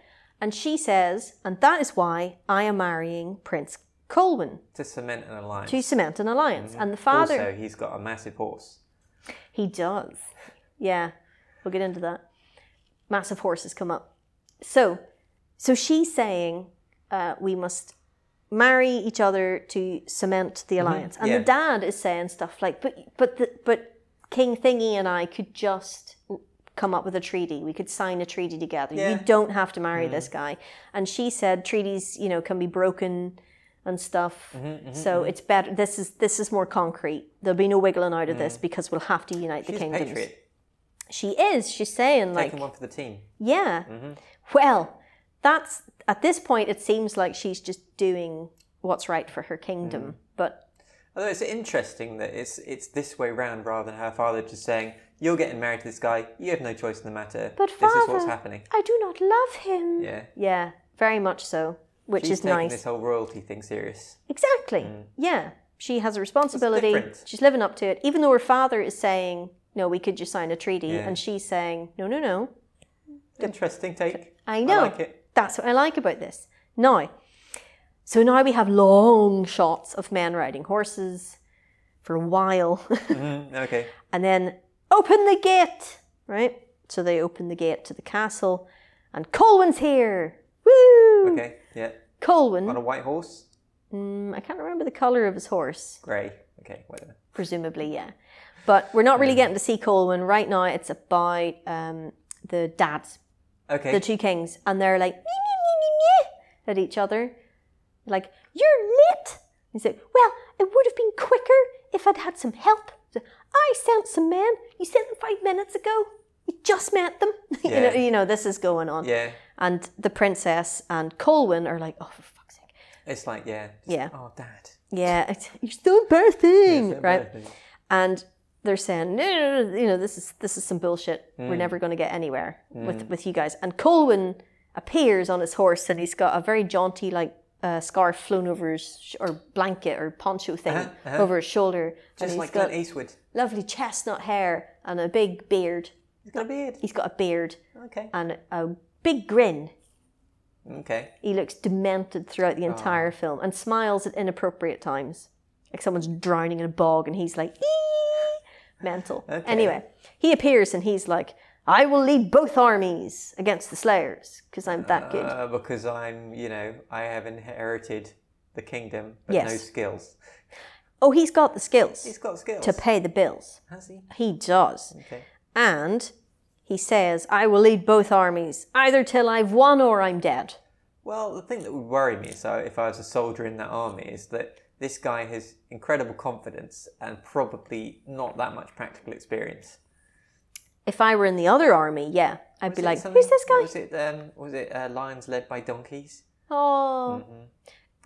Speaker 2: And she says, and that is why I am marrying Prince Colwyn
Speaker 1: To cement an alliance.
Speaker 2: to cement an alliance. And the father.
Speaker 1: Also, he's got a massive horse.
Speaker 2: He does. Yeah, we'll get into that. Massive horses come up. So, so she's saying uh, we must marry each other to cement the alliance, and the
Speaker 1: Mm-hmm. yeah.
Speaker 2: dad is saying stuff like, "But, but, the, but King Thingy and I could just." come up with a treaty we could sign a treaty together you
Speaker 1: Yeah. Mm-hmm.
Speaker 2: don't have to marry this guy and she said treaties you know can be broken and stuff.
Speaker 1: Mm-hmm,
Speaker 2: so it's better. This is this is more concrete. There'll be no wiggling out of this because we'll have to unite the
Speaker 1: Mm. She's a
Speaker 2: kingdoms.
Speaker 1: patriot.
Speaker 2: She is. She's saying like,
Speaker 1: Taking Mm-hmm. one for the team.
Speaker 2: yeah. Well, that's at this point it seems like she's just doing what's right for her kingdom.
Speaker 1: Mm.
Speaker 2: But
Speaker 1: Although it's interesting that it's it's this way round rather than her father just saying, You're getting married to this guy, you have no choice in the matter.
Speaker 2: But
Speaker 1: this is what's
Speaker 2: father-
Speaker 1: happening.
Speaker 2: I do not love him.
Speaker 1: Yeah.
Speaker 2: Yeah, very much so, which
Speaker 1: She's
Speaker 2: is
Speaker 1: taking
Speaker 2: nice.
Speaker 1: this whole royalty thing serious.
Speaker 2: Exactly. Yeah. She has a responsibility.
Speaker 1: different.
Speaker 2: She's living up to it. Even though her father is saying, no, we could just sign a treaty. And she's saying, no, no, no.
Speaker 1: Interesting take.
Speaker 2: I know.
Speaker 1: like it.
Speaker 2: That's what I like about this. Now, so now we have long shots of men riding horses for a while.
Speaker 1: Mm, okay.
Speaker 2: and then open the gate, right? So they open the gate to the castle. And Colwyn's here. Woo!
Speaker 1: Okay. Yeah.
Speaker 2: Colwyn.
Speaker 1: On a white horse?
Speaker 2: mm, I can't remember the colour of his horse.
Speaker 1: Grey. Okay, whatever.
Speaker 2: presumably, yeah. But we're not really getting to see Colwyn right now. It's about um, the dads,
Speaker 1: Okay.
Speaker 2: the two kings, and they're like meh, meh, meh, meh, meh, at each other, like you're late. He's like, well, it would have been quicker if I'd had some help. He's like, I sent some men. You sent them five minutes ago. You just met them. you know,
Speaker 1: Yeah.
Speaker 2: you know this is going on.
Speaker 1: yeah.
Speaker 2: And the princess and Colwyn are like, oh, for fuck's sake.
Speaker 1: It's like, yeah. just,
Speaker 2: Yeah.
Speaker 1: Oh, dad.
Speaker 2: Yeah, it's, you're still embarrassing,
Speaker 1: It's
Speaker 2: right?
Speaker 1: embarrassing.
Speaker 2: and they're saying, no, no, no, you know, this is this is some bullshit.
Speaker 1: Hmm.
Speaker 2: We're never going to get anywhere with with you guys. And Colwyn appears on his horse, and he's got a very jaunty like uh, scarf flown over his sh- or blanket or poncho thing over his shoulder, and
Speaker 1: Uh-huh, Just
Speaker 2: he's
Speaker 1: like eh?
Speaker 2: got
Speaker 1: Clint Eastwood.
Speaker 2: lovely chestnut hair and a big beard.
Speaker 1: He's got a beard.
Speaker 2: He's got a beard
Speaker 1: Okay.
Speaker 2: and a big grin. Uh,
Speaker 1: Okay.
Speaker 2: He looks demented throughout
Speaker 1: Oh.
Speaker 2: the entire film and smiles at inappropriate times, like someone's drowning in a bog and he's like, "Ee!" mental.
Speaker 1: Okay.
Speaker 2: Anyway, he appears and he's like, I will lead both armies against the Slayers because I'm that good.
Speaker 1: Uh, because I'm, you know, I have inherited the kingdom, but no
Speaker 2: Yes.
Speaker 1: skills.
Speaker 2: Oh, he's got the skills
Speaker 1: He's got skills.
Speaker 2: to pay the bills.
Speaker 1: Has he?
Speaker 2: He does.
Speaker 1: Okay.
Speaker 2: And he says, I will lead both armies either till I've won or I'm dead.
Speaker 1: Well, the thing that would worry me, so if I was a soldier in that army, is that this guy has incredible confidence and probably not that much practical experience.
Speaker 2: If I were in the other army, yeah, I'd
Speaker 1: Was
Speaker 2: be
Speaker 1: it
Speaker 2: like,
Speaker 1: something-
Speaker 2: who's this guy?
Speaker 1: Was it um, was it uh, lions led by donkeys?
Speaker 2: Oh.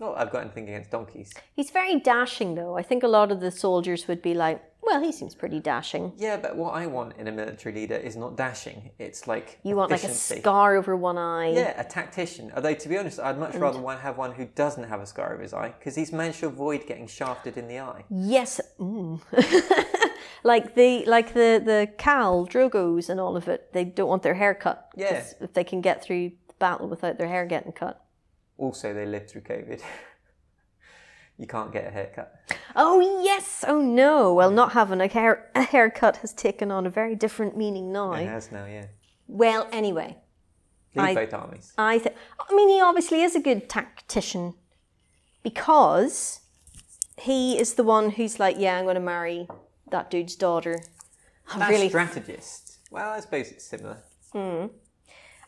Speaker 1: Not that I've got anything against donkeys.
Speaker 2: He's very dashing, though. I think a lot of the soldiers would be like, well, he seems pretty dashing.
Speaker 1: Yeah, but what I want in a military leader is not dashing. It's like
Speaker 2: You want like a
Speaker 1: efficiency.
Speaker 2: scar over one eye.
Speaker 1: Yeah, a tactician. Although, to be honest, I'd much rather one have one who doesn't have a scar over his eye, because he's managed to avoid getting shafted in the eye.
Speaker 2: Yes. Mm. like the like the the Cal Drogos and all of it. They don't want their hair cut. 'cause
Speaker 1: Yeah.
Speaker 2: If they can get through the battle without their hair getting cut.
Speaker 1: Also, they lived through COVID. you can't get a haircut.
Speaker 2: Oh yes. Oh no. Well, not having a hair a haircut has taken on a very different meaning now.
Speaker 1: It has now, yeah.
Speaker 2: Well, anyway,
Speaker 1: Leave
Speaker 2: I-
Speaker 1: both armies.
Speaker 2: I th- I mean, he obviously is a good tactician because he is the one who's like, yeah, I'm going to marry that dude's daughter. I
Speaker 1: That's
Speaker 2: really,
Speaker 1: strategist. Well, I suppose it's similar.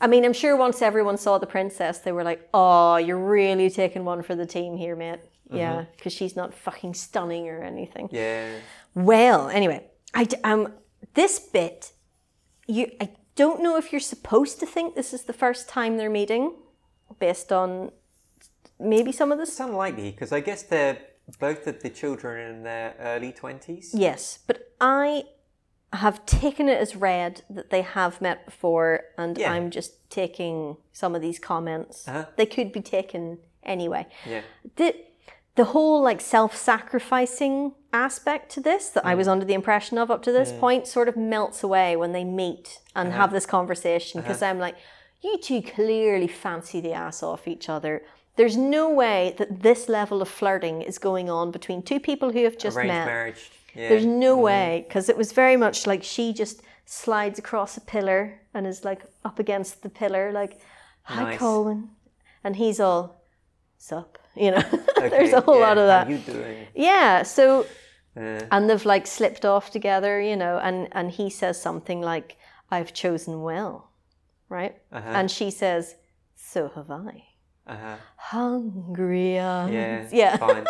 Speaker 2: I mean, I'm sure once everyone saw the princess, they were like, "Oh, you're really taking one for the team here, mate." Yeah, because she's not fucking stunning or anything.
Speaker 1: Mm-hmm. Yeah.
Speaker 2: Well, anyway, I d- um this bit, you I don't know if you're supposed to think this is the first time they're meeting, based on maybe some of this.
Speaker 1: It's unlikely because I guess they're both of the children in their early 20s.
Speaker 2: Yes, but I have taken it as read that they have met before, and
Speaker 1: Yeah.
Speaker 2: I'm just taking some of these comments.
Speaker 1: Uh-huh.
Speaker 2: They could be taken anyway.
Speaker 1: Yeah.
Speaker 2: the the whole like self-sacrificing aspect to this that I
Speaker 1: Mm.
Speaker 2: was under the impression of up to this point sort of melts away when they meet and
Speaker 1: Uh-huh.
Speaker 2: have this conversation because I'm like you two clearly fancy the ass off each other. There's no way that this level of flirting is going on between two people who have just
Speaker 1: Arranged
Speaker 2: met.
Speaker 1: marriage. Yeah. Mm-hmm.
Speaker 2: There's no way because it was very much like she just slides across a pillar and is like up against the pillar like hi
Speaker 1: Nice.
Speaker 2: Colin and he's all sup you know
Speaker 1: Okay,
Speaker 2: there's a whole
Speaker 1: yeah,
Speaker 2: lot of
Speaker 1: how
Speaker 2: that
Speaker 1: you doing?
Speaker 2: yeah so
Speaker 1: Uh,
Speaker 2: and they've like slipped off together you know and and he says something like I've chosen well right
Speaker 1: Uh-huh.
Speaker 2: and she says so have I
Speaker 1: uh-huh.
Speaker 2: hungry eyes
Speaker 1: Yeah.
Speaker 2: Mm, yeah
Speaker 1: Fine.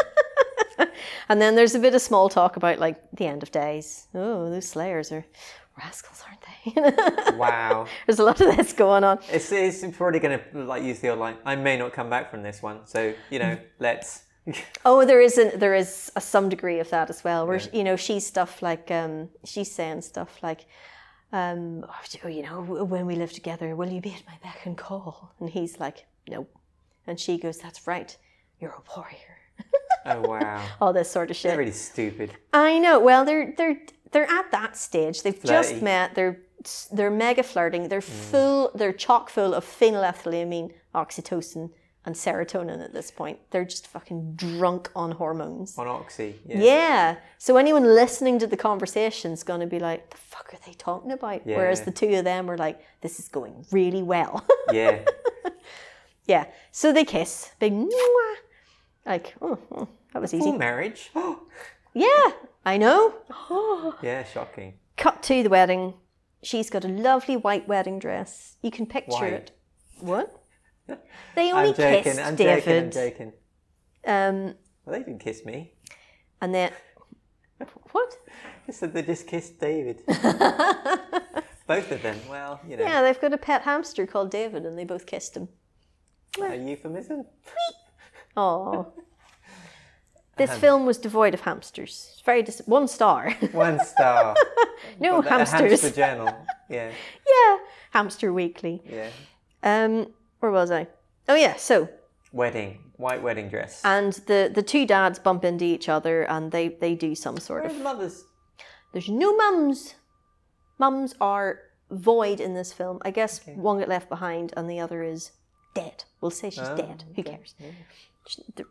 Speaker 2: And then there's a bit of small talk about like the end of days. Oh, those slayers are rascals, aren't they?
Speaker 1: Wow.
Speaker 2: there's a lot of this going on.
Speaker 1: It's, it's probably going to like use the old line. I may not come back from this one, so you know, let's.
Speaker 2: Oh, there is an, there is a, some degree of that as well. Where you know she's stuff like um, she's saying stuff like, um, oh, you know, when we live together, will you be at my beck and call? And he's like, no. And she goes, that's right, you're a warrior.
Speaker 1: Oh wow,
Speaker 2: All this sort of shit.
Speaker 1: really stupid.
Speaker 2: I know. Well, they're they're they're at that stage. They've just
Speaker 1: Flirty.
Speaker 2: met. They're they're mega flirting. They're full. They're chock full of phenylethylamine, oxytocin, and serotonin at this point. They're just fucking drunk on hormones.
Speaker 1: On Oxy.
Speaker 2: Yeah. So anyone listening to the conversation's going to be like, "The fuck are they talking about?" Whereas
Speaker 1: Yeah.
Speaker 2: the two of them were like, "This is going really well."
Speaker 1: Yeah.
Speaker 2: yeah. So they kiss. Big mwah. Like, oh, oh, that was
Speaker 1: Full
Speaker 2: easy.
Speaker 1: marriage.
Speaker 2: Yeah, I know.
Speaker 1: yeah, shocking.
Speaker 2: Cut to the wedding. She's got a lovely white wedding dress. You can picture
Speaker 1: White.
Speaker 2: it. What? They only
Speaker 1: I'm joking.
Speaker 2: kissed
Speaker 1: I'm
Speaker 2: David.
Speaker 1: joking. I'm joking.
Speaker 2: Um,
Speaker 1: Well, they didn't kiss me.
Speaker 2: and then what?
Speaker 1: They said they just kissed David. Both of them. Well, you know,
Speaker 2: Yeah, they've got a pet hamster called David, and they both kissed him.
Speaker 1: a euphemism.
Speaker 2: Oh. This film was devoid of hamsters. It's Very dis- one star.
Speaker 1: One star.
Speaker 2: no
Speaker 1: A
Speaker 2: hamsters.
Speaker 1: hamster journal. Yeah.
Speaker 2: yeah, Hamster Weekly.
Speaker 1: Yeah.
Speaker 2: Um, where was I? Oh yeah, so
Speaker 1: Wedding. White wedding dress.
Speaker 2: and the the two dads bump into each other, and they they do some sort of
Speaker 1: Where's mother's?
Speaker 2: There's no mums. Mums are void in this film. I guess one got left behind and the other is dead. We'll say she's dead. Who cares? She- they're-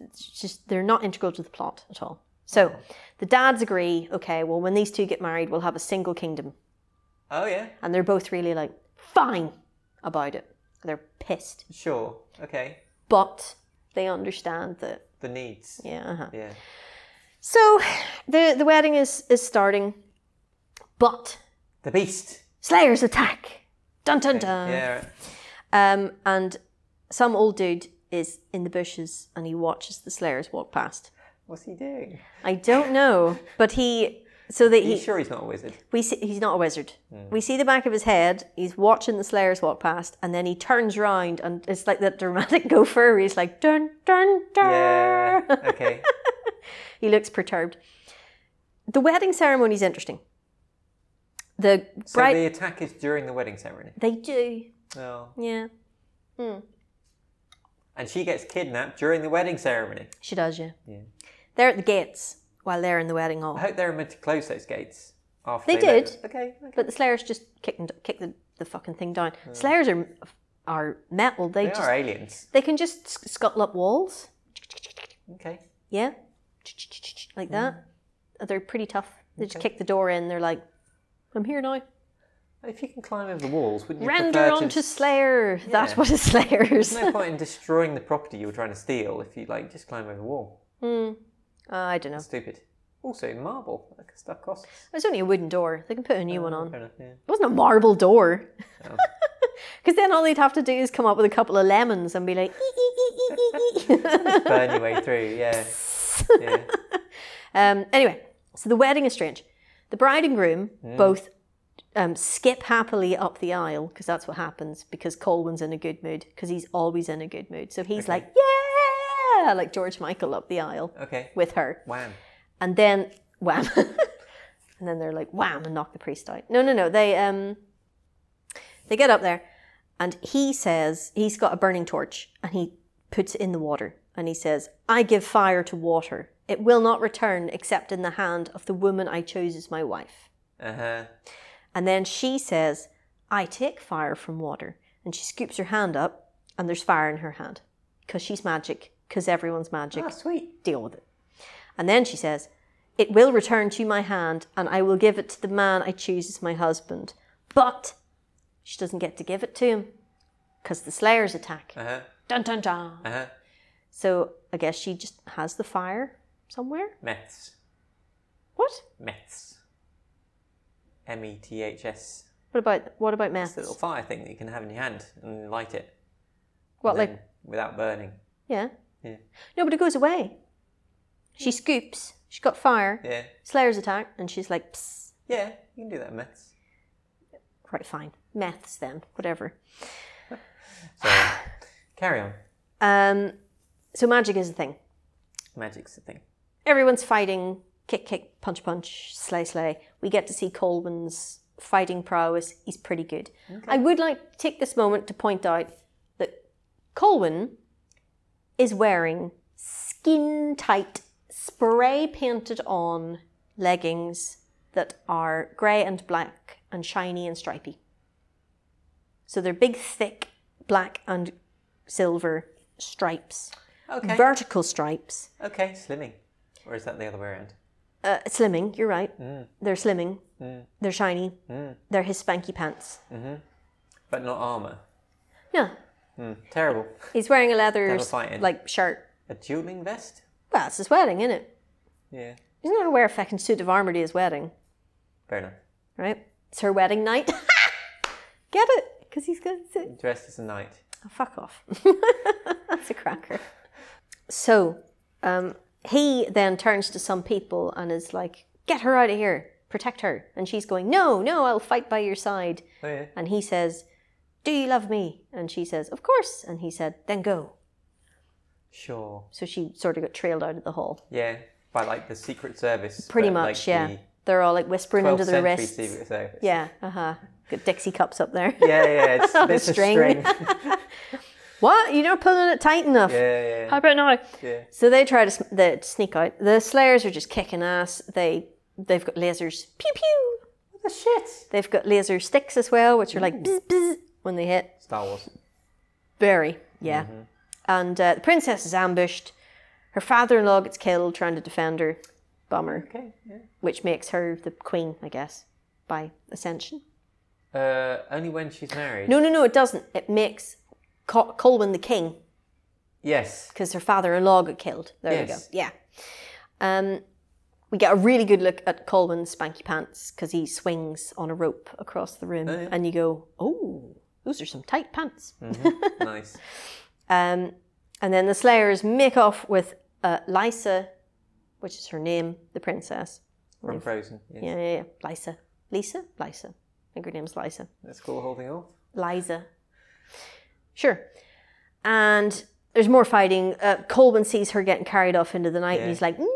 Speaker 2: It's just they're not integral to the plot at all. So the dads agree. Okay, well when these two get married, we'll have a single kingdom,
Speaker 1: Oh yeah.
Speaker 2: and they're both really like fine about it. They're pissed,
Speaker 1: Sure. Okay.
Speaker 2: but they understand that
Speaker 1: The needs.
Speaker 2: yeah. Uh-huh.
Speaker 1: Yeah.
Speaker 2: So the the wedding is is starting, but
Speaker 1: The beast.
Speaker 2: Slayers attack! Dun dun dun!
Speaker 1: Yeah.
Speaker 2: Um, and some old dude is in the bushes and he watches the Slayers walk past.
Speaker 1: What's he doing?
Speaker 2: I don't know, but he. So that
Speaker 1: Are you
Speaker 2: he,
Speaker 1: sure Hmm. he's not a wizard?
Speaker 2: we see, he's not a wizard. We see the back of his head. He's watching the Slayers walk past, and then he turns round, and it's like that dramatic gopher. Where he's like dun dun dun.
Speaker 1: Yeah. Okay.
Speaker 2: He looks perturbed. The wedding ceremony is interesting. The
Speaker 1: So
Speaker 2: bride,
Speaker 1: the attack is during the wedding ceremony.
Speaker 2: they do,
Speaker 1: Oh.
Speaker 2: yeah.
Speaker 1: And she gets kidnapped during the wedding ceremony.
Speaker 2: She does, yeah.
Speaker 1: Yeah.
Speaker 2: They're at the gates while they're in the wedding
Speaker 1: I
Speaker 2: hall.
Speaker 1: hope they remember to close those gates after let
Speaker 2: They did.
Speaker 1: them- Okay. okay.
Speaker 2: But the Slayers just kick, and, kick the, the fucking thing down. Slayers are are metal. They,
Speaker 1: They
Speaker 2: just
Speaker 1: are aliens.
Speaker 2: they can just sc- scuttle up walls.
Speaker 1: Okay.
Speaker 2: Yeah, like that.
Speaker 1: Mm-hmm.
Speaker 2: Uh, They're pretty tough. They just kick the door in. They're like, "I'm here now."
Speaker 1: If you can climb over the walls, wouldn't you
Speaker 2: Render
Speaker 1: prefer
Speaker 2: onto
Speaker 1: to?
Speaker 2: Slayer. That's
Speaker 1: Yeah.
Speaker 2: what a Slayer is.
Speaker 1: There's no point in destroying the property you were trying to steal if you like just climb over the wall.
Speaker 2: Hmm. Uh, I don't know.
Speaker 1: Stupid. Also, marble. That stuff costs.
Speaker 2: It was only a wooden door. They can put a new one on. It
Speaker 1: Fair enough, yeah.
Speaker 2: wasn't a marble door.
Speaker 1: Oh.
Speaker 2: Because then all they'd have to do is come up with a couple of lemons and be like, "Ee, ee, ee, ee, ee, ee."
Speaker 1: Burn your way through, yeah. yeah.
Speaker 2: Um, anyway, so the wedding is strange. The bride and groom both um, skip happily up the aisle because that's what happens because Colwyn's in a good mood because he's always in a good mood. So he's like, yeah, like George Michael up the aisle
Speaker 1: Okay.
Speaker 2: with her.
Speaker 1: Wham.
Speaker 2: And then, wham. and then they're like, wham, and knock the priest out. No, no, no. They, um, they get up there and he says, he's got a burning torch and he puts it in the water and he says, I give fire to water. It will not return except in the hand of the woman I chose as my wife.
Speaker 1: Uh huh.
Speaker 2: And then she says, I take fire from water. And she scoops her hand up, and there's fire in her hand. Because she's magic. Because everyone's magic.
Speaker 1: Oh, sweet.
Speaker 2: Deal with it. And then she says, It will return to my hand, and I will give it to the man I choose as my husband. But she doesn't get to give it to him. Because the Slayers attack.
Speaker 1: Uh huh.
Speaker 2: Dun dun dun.
Speaker 1: Uh huh.
Speaker 2: So I guess she just has the fire somewhere.
Speaker 1: Meths.
Speaker 2: What?
Speaker 1: Meths. M E T H S.
Speaker 2: What about what about
Speaker 1: It's a little
Speaker 2: meth?
Speaker 1: fire thing that you can have in your hand and light it.
Speaker 2: What
Speaker 1: then
Speaker 2: like
Speaker 1: Without burning.
Speaker 2: Yeah.
Speaker 1: Yeah.
Speaker 2: No, but it goes away. She scoops. She's got fire.
Speaker 1: Yeah.
Speaker 2: Slayer's attack, and she's like, Psst,
Speaker 1: Yeah, you can do that in meths.
Speaker 2: right, fine. Meths then, whatever.
Speaker 1: So, carry on.
Speaker 2: Um, so magic is a thing.
Speaker 1: Magic's the thing.
Speaker 2: Everyone's fighting. Kick, kick, punch, punch, slay, slay. We get to see Colwyn's fighting prowess. He's pretty good. I would like to take this moment to point out that Colwyn is wearing skin tight, spray painted on leggings that are grey and black and shiny and stripy. So they're big, thick, black and silver stripes,
Speaker 1: Okay.
Speaker 2: vertical stripes.
Speaker 1: okay, slimming. Or is that the other way around?
Speaker 2: Uh, slimming, you're right. They're slimming. They're shiny. They're his spanky pants.
Speaker 1: But not armour.
Speaker 2: No,
Speaker 1: Terrible.
Speaker 2: he's wearing a leather
Speaker 1: They're fighting.
Speaker 2: like shirt.
Speaker 1: A dueling vest?
Speaker 2: Well, it's his wedding, isn't it?
Speaker 1: Yeah.
Speaker 2: He's not gonna wear a fucking suit of armor to his wedding,
Speaker 1: Fair enough.
Speaker 2: right? It's her wedding night. Get it? Because he's gonna sit.
Speaker 1: Dressed as a knight.
Speaker 2: Oh, fuck off. That's a cracker. So, um, he then turns to some people and is like, "Get her out of here. Protect her." And she's going, "No, no, I'll fight by your side."
Speaker 1: Oh, yeah.
Speaker 2: And he says, Do you love me? And she says, Of course. And he said, Then go.
Speaker 1: Sure.
Speaker 2: So she sort of got trailed out of the hall.
Speaker 1: Yeah. By like the Secret Service.
Speaker 2: Pretty
Speaker 1: but,
Speaker 2: much,
Speaker 1: like,
Speaker 2: yeah.
Speaker 1: the
Speaker 2: They're all like whispering
Speaker 1: 12th
Speaker 2: under
Speaker 1: century
Speaker 2: their wrists.
Speaker 1: Secret Service.
Speaker 2: Yeah, uh huh. Got Dixie cups up there.
Speaker 1: Yeah, yeah. It's,
Speaker 2: On a
Speaker 1: it's a
Speaker 2: string.
Speaker 1: string.
Speaker 2: what? You're not pulling it tight enough.
Speaker 1: yeah,
Speaker 2: How
Speaker 1: yeah.
Speaker 2: about now?
Speaker 1: yeah.
Speaker 2: So they try to, sm- they sneak out. The Slayers are just kicking ass. They, they've got lasers. Pew pew.
Speaker 1: What the shit?
Speaker 2: They've got laser sticks as well, which are like bzz,
Speaker 1: Mm-hmm.
Speaker 2: bzz, when they hit.
Speaker 1: Star Wars.
Speaker 2: Very, yeah.
Speaker 1: Mm-hmm.
Speaker 2: And uh, the princess is ambushed. Her father in law gets killed trying to defend her. Bummer.
Speaker 1: Okay, yeah.
Speaker 2: Which makes her the queen, I guess, by ascension.
Speaker 1: Uh, only when she's married.
Speaker 2: No, no, no, it doesn't. It makes Col- Colwyn the king
Speaker 1: Yes.
Speaker 2: because her father in law got killed. There
Speaker 1: Yes.
Speaker 2: we go. Yeah. Um, we get a really good look at Colwyn's spanky pants because he swings on a rope across the room.
Speaker 1: yeah. Hmm.
Speaker 2: And you go, oh, those are some tight pants.
Speaker 1: nice.
Speaker 2: Um, and then the Slayers make off with uh, Lysa, which is her name, the princess.
Speaker 1: From Frozen. Yeah.
Speaker 2: Yeah, yeah, yeah. Lysa. Lisa? Lysa. I think her name's Lysa.
Speaker 1: Let's call the whole thing off.
Speaker 2: Liza. Sure. And there's more fighting. Uh, Colwyn sees her getting carried off into the night and
Speaker 1: Yeah.
Speaker 2: he's like, no!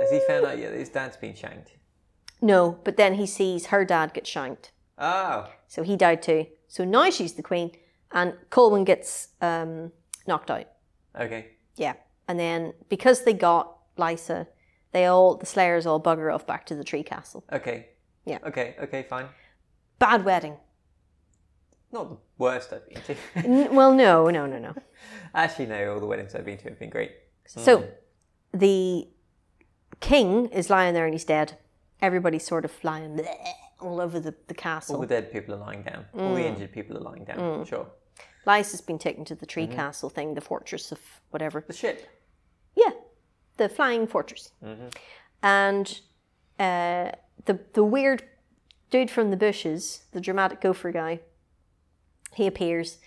Speaker 1: Has he found out yet that his dad's been shanked?
Speaker 2: No, but then he sees her dad get shanked.
Speaker 1: Oh,
Speaker 2: So he died too. So now she's the queen and Colwyn gets um, knocked out.
Speaker 1: okay.
Speaker 2: Yeah. And then because they got Lysa, they all the slayers all bugger off back to the tree castle.
Speaker 1: Okay.
Speaker 2: Yeah.
Speaker 1: Okay, okay, fine.
Speaker 2: Bad wedding.
Speaker 1: Not the worst I've been to.
Speaker 2: N- well, no, no, no, no.
Speaker 1: Actually, no, all the weddings I've been to have been great.
Speaker 2: So the king is lying there and he's dead. Everybody's sort of flying bleh, all over the,
Speaker 1: All
Speaker 2: the castle.
Speaker 1: the dead people are lying down. All
Speaker 2: Mm.
Speaker 1: the injured people are lying down. Sure.
Speaker 2: Lysa's been taken to the tree castle thing, the fortress of whatever.
Speaker 1: The ship.
Speaker 2: Yeah, the flying fortress. and uh, the the weird dude from the bushes, the dramatic gopher guy, he appears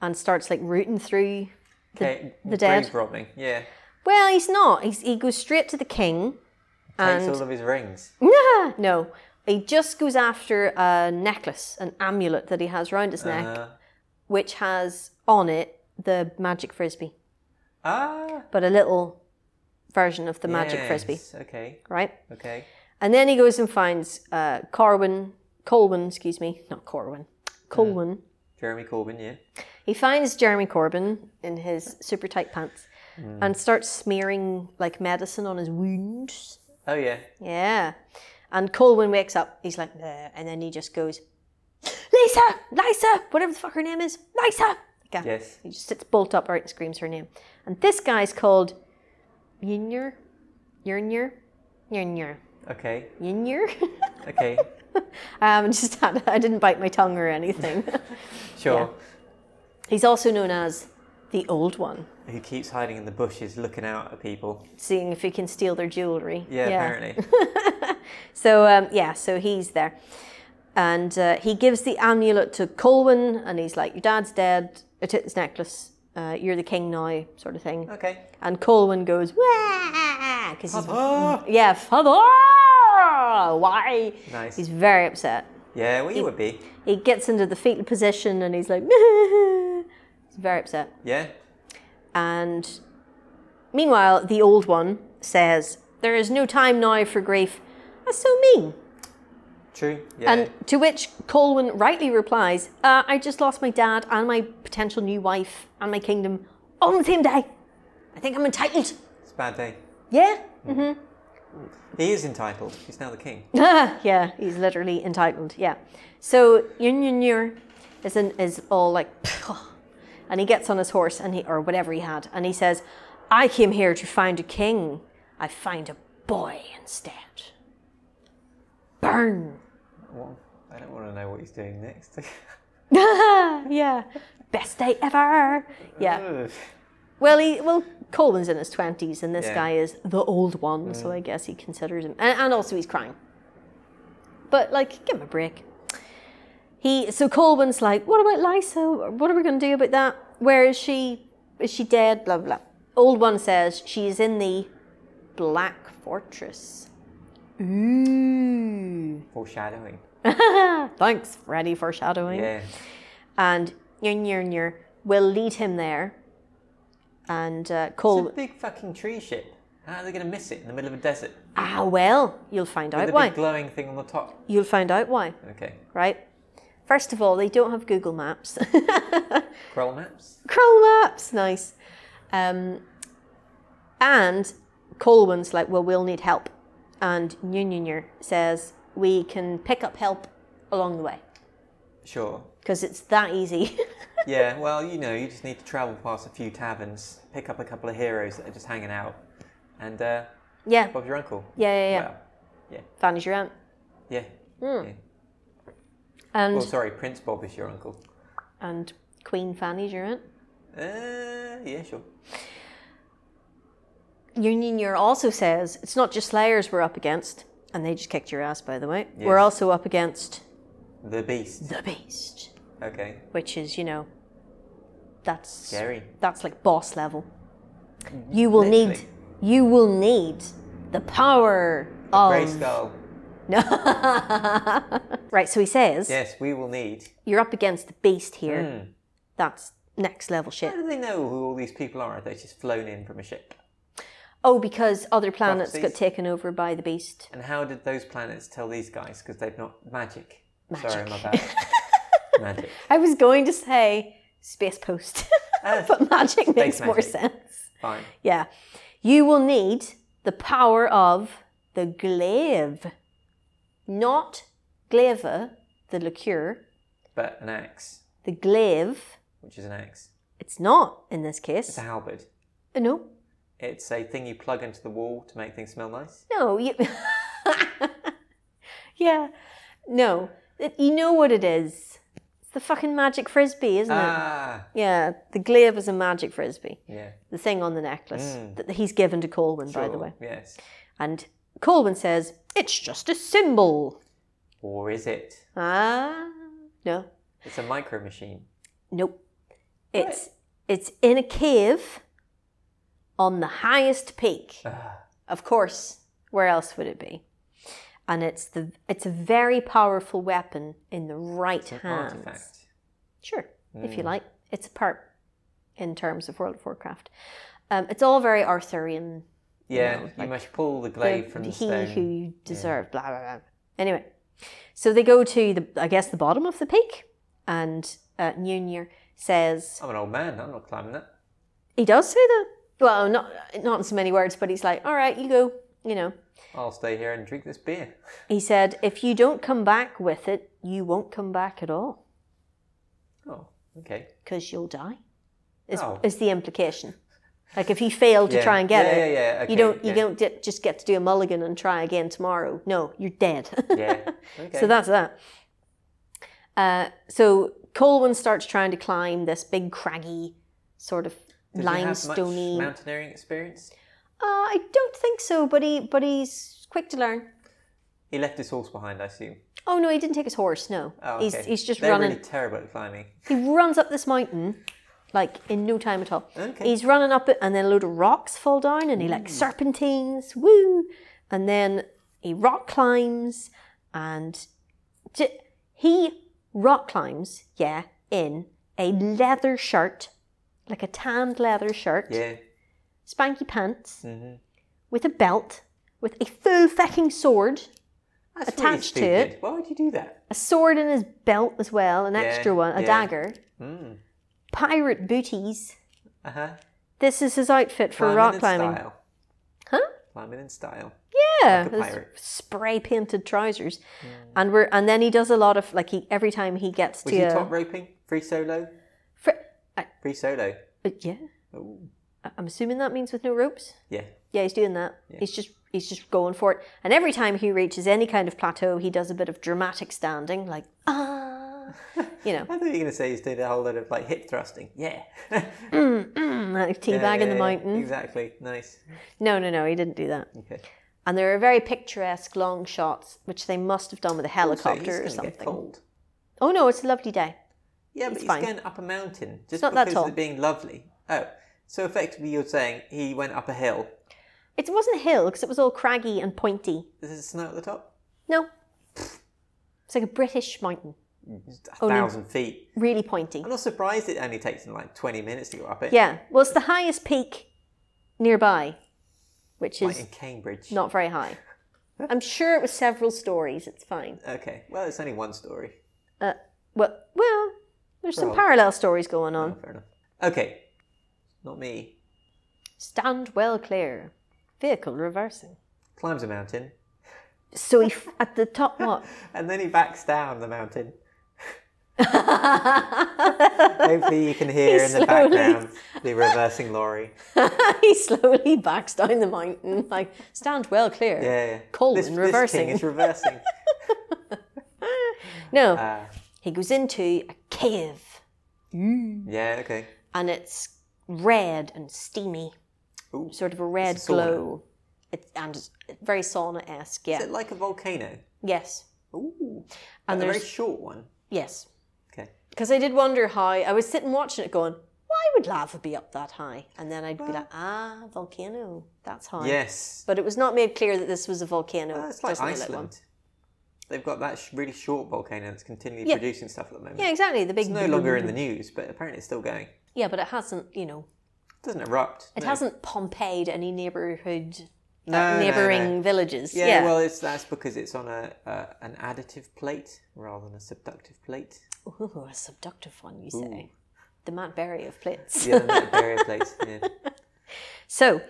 Speaker 2: and starts like rooting through the,
Speaker 1: Okay,
Speaker 2: the dead.
Speaker 1: grave robbing. Yeah,
Speaker 2: Well, he's not. He's, he goes straight to the king.
Speaker 1: takes
Speaker 2: And- Mm.
Speaker 1: all of his rings.
Speaker 2: Nah, no, he just goes after a necklace, an amulet that he has round his neck,
Speaker 1: Uh,
Speaker 2: which has on it the magic frisbee,
Speaker 1: ah,
Speaker 2: but a little version of the magic frisbee,
Speaker 1: yes, Okay,
Speaker 2: right?
Speaker 1: okay.
Speaker 2: And then he goes and finds uh, Corwin, Colwyn, excuse me, not Corwin,
Speaker 1: Mm.
Speaker 2: Colwyn.
Speaker 1: Jeremy Corbyn. Yeah.
Speaker 2: He finds Jeremy Corbyn in his super tight pants
Speaker 1: Mm.
Speaker 2: and starts smearing like medicine on his wounds.
Speaker 1: Oh yeah.
Speaker 2: Yeah. And Colwyn wakes up. He's like, nah. And then he just goes, Lisa, Lisa, whatever the fuck her name is, Lisa. Okay.
Speaker 1: Yes.
Speaker 2: He just sits bolt upright and screams her name. And this guy's called Yinyer, Yinyer, Yinyer,
Speaker 1: Okay.
Speaker 2: Yinyer.
Speaker 1: Okay.
Speaker 2: um, just had, I didn't bite my tongue or anything.
Speaker 1: Sure.
Speaker 2: He's also known as the Old One.
Speaker 1: Who keeps hiding in the bushes, looking out at people?
Speaker 2: seeing if he can steal their jewelry.
Speaker 1: Yeah, apparently.
Speaker 2: So um, yeah, so he's there, and uh, he gives the amulet to Colwyn, and he's like, "Your dad's dead. It's his necklace. Uh, you're the king now," sort of thing.
Speaker 1: okay.
Speaker 2: And Colwyn goes, "Wah!" because he's
Speaker 1: Ah!
Speaker 2: yeah, father. Why?
Speaker 1: Nice.
Speaker 2: He's very upset.
Speaker 1: Yeah, well, you would be.
Speaker 2: He gets into the fetal position, and he's like, he's very upset.
Speaker 1: Yeah.
Speaker 2: And meanwhile, the old one says, There is no time now for grief. That's so mean.
Speaker 1: True. Yeah.
Speaker 2: And to which Colwyn rightly replies, uh, I just lost my dad and my potential new wife and my kingdom on the same day. I think I'm entitled.
Speaker 1: it's a bad day.
Speaker 2: Yeah?
Speaker 1: He is entitled. He's now the king.
Speaker 2: yeah, he's literally entitled. Yeah. So Yun Yun Yur is, in, is all like, and he gets on his horse and he or whatever he had, and he says, "I came here to find a king. I find a boy instead. Burn.
Speaker 1: What- I don't want to know what he's doing next.
Speaker 2: yeah, best day ever. Yeah.
Speaker 1: Ugh.
Speaker 2: Well, he well Colwyn's in his twenties, and this
Speaker 1: Yeah. Mm.
Speaker 2: guy is the old one, so I guess he considers him, and, and also he's crying. But like, give him a break. He so Colwyn's like, what about Lysa? What are we going to do about that? Where is she? Is she dead? Blah blah. blah. Old one says she is in the Black Fortress. Ooh.
Speaker 1: Foreshadowing.
Speaker 2: Ah. Thanks, Freddy, for shadowing.
Speaker 1: Yeah.
Speaker 2: And near near near will lead him there. And uh,
Speaker 1: It's
Speaker 2: Colwyn.
Speaker 1: a big fucking tree ship. How are they going to miss it in the middle of a desert?
Speaker 2: Ah, well, you'll find
Speaker 1: With
Speaker 2: out
Speaker 1: the
Speaker 2: why.
Speaker 1: big glowing thing on the top.
Speaker 2: you'll find out why,
Speaker 1: Okay.
Speaker 2: right? First of all, they don't have Google Maps.
Speaker 1: Crawl maps.
Speaker 2: Chrome Maps, nice. Um, and Colwyn's like, well, we'll need help. And Nyunyunyer says, we can pick up help along the way
Speaker 1: Sure.
Speaker 2: because it's that easy.
Speaker 1: Yeah, well, you know, you just need to travel past a few taverns, pick up a couple of heroes that are just hanging out, and uh,
Speaker 2: yeah,
Speaker 1: Bob's your uncle.
Speaker 2: yeah, yeah, yeah. Hmm.
Speaker 1: Well,
Speaker 2: Fanny's your aunt.
Speaker 1: yeah. yeah.
Speaker 2: And,
Speaker 1: Well, sorry, Prince Bob is your uncle.
Speaker 2: and Queen Fanny's your aunt.
Speaker 1: Uh, yeah, sure.
Speaker 2: Union Year also says it's not just Slayers we're up against, and they just kicked your ass, by the way. We're
Speaker 1: Yes.
Speaker 2: also up against
Speaker 1: The Beast.
Speaker 2: the Beast,
Speaker 1: Okay.
Speaker 2: which is, you know, that's
Speaker 1: Scary. Mm-hmm.
Speaker 2: that's like boss level. You will need,
Speaker 1: Literally.
Speaker 2: you will need the power of.
Speaker 1: Grey Skull.
Speaker 2: No. right. So he says
Speaker 1: Yes, we will need.
Speaker 2: you're up against the Beast here.
Speaker 1: Hmm.
Speaker 2: That's next level shit.
Speaker 1: How do they know who all these people are? Are they just flown in from a ship?
Speaker 2: Oh, because other planets got
Speaker 1: Prophecies.
Speaker 2: taken over by the Beast.
Speaker 1: And how did those planets tell these guys? Because they've not magic. Sorry,
Speaker 2: Magic.
Speaker 1: my bad. magic.
Speaker 2: I was going to say space post,
Speaker 1: Ah.
Speaker 2: but magic makes more
Speaker 1: magic.
Speaker 2: sense.
Speaker 1: Fine.
Speaker 2: Yeah. You will need the power of the glaive, not glaive, the liqueur,
Speaker 1: But an axe,
Speaker 2: the glaive.
Speaker 1: which is an axe.
Speaker 2: It's not in this
Speaker 1: It's
Speaker 2: case. Uh,
Speaker 1: a halberd.
Speaker 2: No,
Speaker 1: It's a thing you plug into the wall to make things smell nice.
Speaker 2: no. You... yeah, no. It- you know what it is. It's the fucking magic frisbee, isn't it?
Speaker 1: Ah,
Speaker 2: Yeah, the glaive is a magic frisbee.
Speaker 1: yeah.
Speaker 2: the thing on the necklace that he's given to Colwyn, by the
Speaker 1: Hmm. sure,
Speaker 2: way.
Speaker 1: Yes.
Speaker 2: And Colwyn says, It's just a symbol.
Speaker 1: Or is it?
Speaker 2: Ah, no,
Speaker 1: It's a micro machine.
Speaker 2: Nope. It's it's in a cave on the highest peak. Of course, where else would it be? And it's the it's a very powerful weapon in the right
Speaker 1: It's an
Speaker 2: hand.
Speaker 1: artifact. Mm.
Speaker 2: Sure, if you like. It's a part in terms of World of Warcraft. Um, it's all very Arthurian.
Speaker 1: Yeah,
Speaker 2: know,
Speaker 1: you
Speaker 2: like
Speaker 1: must pull the glaive
Speaker 2: the-
Speaker 1: from the
Speaker 2: he
Speaker 1: stone.
Speaker 2: who you deserve. Blah blah blah. Anyway, so they go to the I guess the bottom of the peak, and uh, Njunir says,
Speaker 1: I'm an old man. I'm not climbing that.
Speaker 2: he does say that. Well, not not in so many words, but he's like, "All right, you go." You know,
Speaker 1: I'll stay here and drink this beer.
Speaker 2: he said, "If you don't come back with it, you won't come back at all
Speaker 1: Oh, okay.
Speaker 2: because you'll die." Is
Speaker 1: Oh.
Speaker 2: is the implication? Like if you fail to
Speaker 1: Yeah.
Speaker 2: try and get
Speaker 1: Yeah,
Speaker 2: it,
Speaker 1: yeah, yeah, okay,
Speaker 2: you don't you
Speaker 1: yeah.
Speaker 2: don't di- just get to do a mulligan and try again tomorrow. No, you're dead.
Speaker 1: Yeah. Okay.
Speaker 2: So that's that. Uh, so Colwyn starts trying to climb this big craggy sort of
Speaker 1: Did you have much
Speaker 2: limestony.
Speaker 1: mountaineering experience.
Speaker 2: Uh, I don't think so, but he but he's quick to learn.
Speaker 1: He left his horse behind, I assume.
Speaker 2: Oh no, he didn't take his horse. No,
Speaker 1: Oh, okay.
Speaker 2: he's he's just
Speaker 1: They're
Speaker 2: running.
Speaker 1: really terrible at climbing.
Speaker 2: He runs up this mountain, like in no time at all.
Speaker 1: Okay.
Speaker 2: He's running up it, and then a load of rocks fall down, and he like serpentines, woo, and then he rock climbs, and j- he rock climbs, yeah, in a leather shirt, like a tanned leather shirt,
Speaker 1: Yeah.
Speaker 2: spanky pants,
Speaker 1: hmm
Speaker 2: with a belt, with a full fucking sword.
Speaker 1: That's
Speaker 2: Attached to
Speaker 1: really
Speaker 2: it.
Speaker 1: stupid. Why would you do that?
Speaker 2: a sword in his belt as well, an
Speaker 1: Yeah,
Speaker 2: extra one, a
Speaker 1: yeah.
Speaker 2: dagger,
Speaker 1: Mm.
Speaker 2: pirate booties.
Speaker 1: Uh huh.
Speaker 2: This is his outfit for rock climbing.
Speaker 1: In style.
Speaker 2: Huh?
Speaker 1: Climbing in style.
Speaker 2: Yeah,
Speaker 1: Like a
Speaker 2: his
Speaker 1: pirate. Hmm.
Speaker 2: spray painted trousers, and we're and then he does a lot of like he every time he gets
Speaker 1: Was
Speaker 2: to uh,
Speaker 1: he
Speaker 2: a-
Speaker 1: top roping? Free solo?
Speaker 2: Fr- I-
Speaker 1: Free solo.
Speaker 2: uh, yeah,
Speaker 1: Ooh.
Speaker 2: I- I'm assuming that means with no ropes.
Speaker 1: Yeah.
Speaker 2: Yeah, he's doing that. He's just he's just going for it. And every time he reaches any kind of plateau, he does a bit of dramatic standing, like ah, you know,
Speaker 1: I thought you were going to say he's doing a whole lot of like hip thrusting. Yeah.
Speaker 2: like teabagging
Speaker 1: Yeah, yeah,
Speaker 2: the
Speaker 1: yeah.
Speaker 2: mountain.
Speaker 1: Exactly. Nice.
Speaker 2: No, no, no, he didn't do that.
Speaker 1: Okay.
Speaker 2: and there are very picturesque long shots, which they must have done with a
Speaker 1: Also, Oh, he's
Speaker 2: helicopter or
Speaker 1: gonna Get
Speaker 2: something.
Speaker 1: cold.
Speaker 2: Oh no, it's a lovely day.
Speaker 1: Yeah,
Speaker 2: It's
Speaker 1: but he's
Speaker 2: fine.
Speaker 1: going up a mountain just
Speaker 2: not that
Speaker 1: because
Speaker 2: tall.
Speaker 1: of it being lovely. Oh, so effectively you're saying he went up a hill.
Speaker 2: It wasn't a hill because it was all craggy and pointy.
Speaker 1: Is there snow at the top?
Speaker 2: No, it's like a British mountain,
Speaker 1: Just a
Speaker 2: Only-
Speaker 1: thousand feet.
Speaker 2: really pointy.
Speaker 1: I'm not surprised it only takes him like 20 minutes to go up it.
Speaker 2: Yeah, well, it's the highest peak nearby, which
Speaker 1: Like
Speaker 2: is
Speaker 1: in Cambridge.
Speaker 2: not very high. I'm sure it was several stories. It's fine.
Speaker 1: Okay, well, it's only one story.
Speaker 2: Uh, well, well, there's some
Speaker 1: Well.
Speaker 2: parallel stories going on.
Speaker 1: Oh, fair enough. Okay, not me.
Speaker 2: Stand well clear. Vehicle reversing.
Speaker 1: Climbs a mountain
Speaker 2: So he f- at the top what?
Speaker 1: and then he backs down the mountain. Hopefully, you can hear
Speaker 2: He
Speaker 1: in the
Speaker 2: slowly-
Speaker 1: background the reversing lorry.
Speaker 2: he slowly backs down the mountain, like stand well clear.
Speaker 1: Yeah, yeah.
Speaker 2: Colin
Speaker 1: this, This
Speaker 2: reversing.
Speaker 1: king is reversing.
Speaker 2: No,
Speaker 1: Ah,
Speaker 2: he goes into a cave,
Speaker 1: yeah, okay.
Speaker 2: and it's red and steamy,
Speaker 1: Ooh.
Speaker 2: sort of a red
Speaker 1: It's a sauna.
Speaker 2: glow. It's and it's very sauna esque. Yeah.
Speaker 1: Is it like a volcano?
Speaker 2: yes.
Speaker 1: Ooh.
Speaker 2: And
Speaker 1: And a very
Speaker 2: there's
Speaker 1: short one.
Speaker 2: yes,
Speaker 1: Okay.
Speaker 2: because I did wonder how I was sitting watching it, going, why would lava be up that high? And then I'd be like, ah, volcano. That's high.
Speaker 1: Yes.
Speaker 2: But it was not made clear that this was a volcano.
Speaker 1: Uh, it's like
Speaker 2: Doesn't look one.
Speaker 1: Iceland. They've got that sh- really short volcano that's continually
Speaker 2: Yeah.
Speaker 1: producing stuff at the moment.
Speaker 2: Yeah, exactly. The big.
Speaker 1: It's no longer in the news, but apparently it's still going. It
Speaker 2: Yeah, but it hasn't. You know,
Speaker 1: doesn't erupt.
Speaker 2: It
Speaker 1: no.
Speaker 2: hasn't Pompeyed any neighborhood, uh,
Speaker 1: No, no,
Speaker 2: neighboring
Speaker 1: no.
Speaker 2: villages.
Speaker 1: Yeah,
Speaker 2: Yeah,
Speaker 1: well, it's that's because it's on a uh, an additive plate rather than a subductive plate.
Speaker 2: Ooh, a subductive one, you say. The Mount Berry of plates.
Speaker 1: The other night, barrier plate. Yeah.
Speaker 2: So,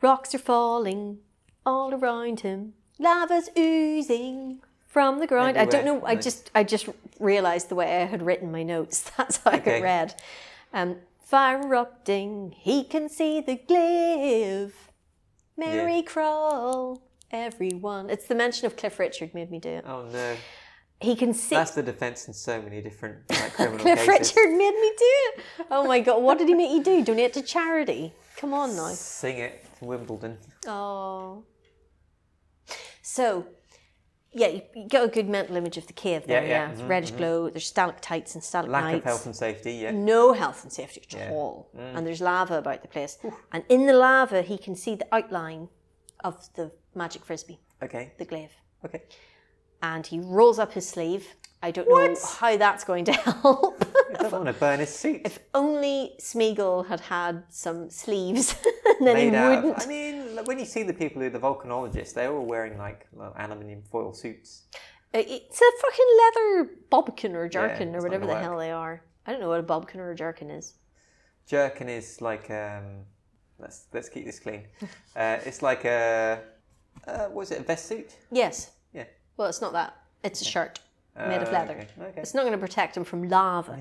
Speaker 2: rocks are falling all around him. Lava's oozing from the ground. I don't
Speaker 1: Everywhere,
Speaker 2: know. I
Speaker 1: right.
Speaker 2: just I just realized the way I had written my notes. That's how I
Speaker 1: Okay.
Speaker 2: got read. Um, fire erupting. He can see the glaive. Merry crawl, everyone. It's the mention of Cliff Richard made me do it.
Speaker 1: Oh no,
Speaker 2: He can see.
Speaker 1: that's the defence in so many different like, criminal
Speaker 2: Cliff
Speaker 1: cases.
Speaker 2: Richard made me do it. Oh my god, what did he make you do? Donate to charity? Come on now.
Speaker 1: Sing it to Wimbledon.
Speaker 2: Oh. So, yeah, you, you get a good mental image of the cave there.
Speaker 1: Yeah,
Speaker 2: Yeah,
Speaker 1: yeah.
Speaker 2: it's
Speaker 1: Mhm,
Speaker 2: reddish glow. There's stalactites and
Speaker 1: Lack
Speaker 2: stalagmites.
Speaker 1: of health and safety, yeah.
Speaker 2: no health and safety at
Speaker 1: Yeah. Mm.
Speaker 2: all. And there's lava about the place. And in the lava, he can see the outline of the magic frisbee,
Speaker 1: Okay,
Speaker 2: the glaive.
Speaker 1: okay.
Speaker 2: And he rolls up his sleeve. I don't know how that's going to help.
Speaker 1: I don't want to burn his suit.
Speaker 2: if only Smeagol had had some sleeves, then he
Speaker 1: Made out of-
Speaker 2: wouldn't.
Speaker 1: I mean, like, when you see the people who are the volcanologists, they're all wearing like well, aluminium foil suits.
Speaker 2: Uh, It's a fucking leather bobkin or jerkin
Speaker 1: it's
Speaker 2: or
Speaker 1: not
Speaker 2: whatever the
Speaker 1: gonna
Speaker 2: hell they are. I don't know what a bobkin or a jerkin is.
Speaker 1: Jerkin is like um, let's let's keep this clean. Uh, it's like a uh, what is it? A vest suit?
Speaker 2: Yes.
Speaker 1: Yeah.
Speaker 2: Well, it's not that. It's a shirt
Speaker 1: Uh,
Speaker 2: made of leather.
Speaker 1: Okay. okay.
Speaker 2: It's not going to protect him from lava,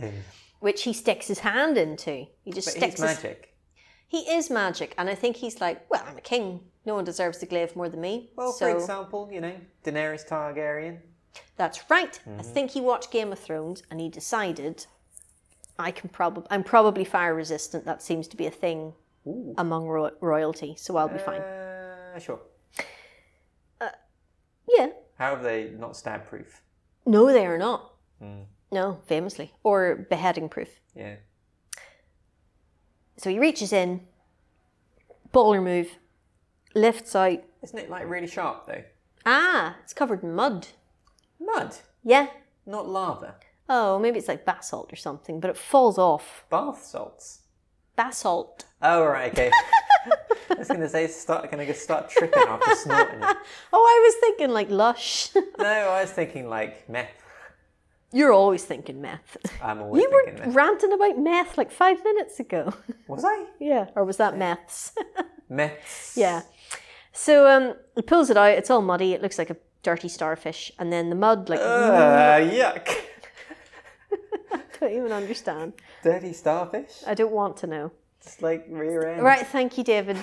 Speaker 2: which he sticks his hand into. He just
Speaker 1: But
Speaker 2: sticks
Speaker 1: he's
Speaker 2: his.
Speaker 1: magic.
Speaker 2: He is magic, and I think he's like, well, I'm a king. No one deserves the glaive more than me.
Speaker 1: Well,
Speaker 2: so
Speaker 1: for example, you know Daenerys Targaryen.
Speaker 2: that's right.
Speaker 1: Mm-hmm.
Speaker 2: I think he watched Game of Thrones, and he decided, I can probably, I'm probably fire resistant. That seems to be a thing
Speaker 1: Ooh.
Speaker 2: among ro- royalty, so I'll be fine.
Speaker 1: Uh, sure.
Speaker 2: Yeah,
Speaker 1: How have they not stab proof?
Speaker 2: No, they are not.
Speaker 1: Mm.
Speaker 2: No, famously. Or beheading proof.
Speaker 1: Yeah.
Speaker 2: So he reaches in, baller move, lifts out.
Speaker 1: Isn't it like really sharp though?
Speaker 2: Ah, it's covered in mud.
Speaker 1: Mud,
Speaker 2: Yeah.
Speaker 1: not lava.
Speaker 2: Oh, maybe it's like basalt or something, but it falls off.
Speaker 1: Bath salts.
Speaker 2: Basalt.
Speaker 1: Oh right, okay. I was gonna say start gonna go start tripping after snorting. it.
Speaker 2: Oh, I was thinking like lush.
Speaker 1: No, I was thinking like meth.
Speaker 2: You're always thinking meth.
Speaker 1: I'm always
Speaker 2: You were
Speaker 1: thinking meth.
Speaker 2: ranting about meth like five minutes ago.
Speaker 1: Was I?
Speaker 2: yeah. Or was that meths?
Speaker 1: Meth.
Speaker 2: Yeah. So um, he pulls it out. It's all muddy. It looks like a dirty starfish. And then the mud, like,
Speaker 1: Uh, yuck.
Speaker 2: don't even understand.
Speaker 1: Dirty starfish.
Speaker 2: I don't want to know.
Speaker 1: It's like rear end.
Speaker 2: Right, thank you, David.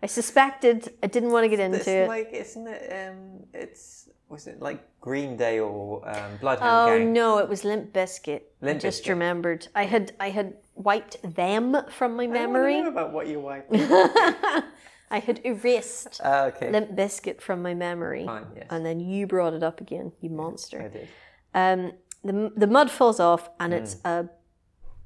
Speaker 2: I suspected. I didn't want to get into
Speaker 1: It's
Speaker 2: it.
Speaker 1: like isn't it? Um, it's was it like Green Day or um, Bloodhound
Speaker 2: oh
Speaker 1: Gang?
Speaker 2: no, it was Limp Biscuit.
Speaker 1: Limp
Speaker 2: Just
Speaker 1: Bizkit.
Speaker 2: remembered. I had I had wiped them from my
Speaker 1: I wanna
Speaker 2: memory.
Speaker 1: know about what you like.
Speaker 2: I had erased
Speaker 1: uh, okay.
Speaker 2: Limp Biscuit from my memory,
Speaker 1: Fine. Yes.
Speaker 2: and then you brought it up again. You
Speaker 1: I
Speaker 2: monster.
Speaker 1: did.
Speaker 2: Um, the the mud falls off, and it's
Speaker 1: Mm.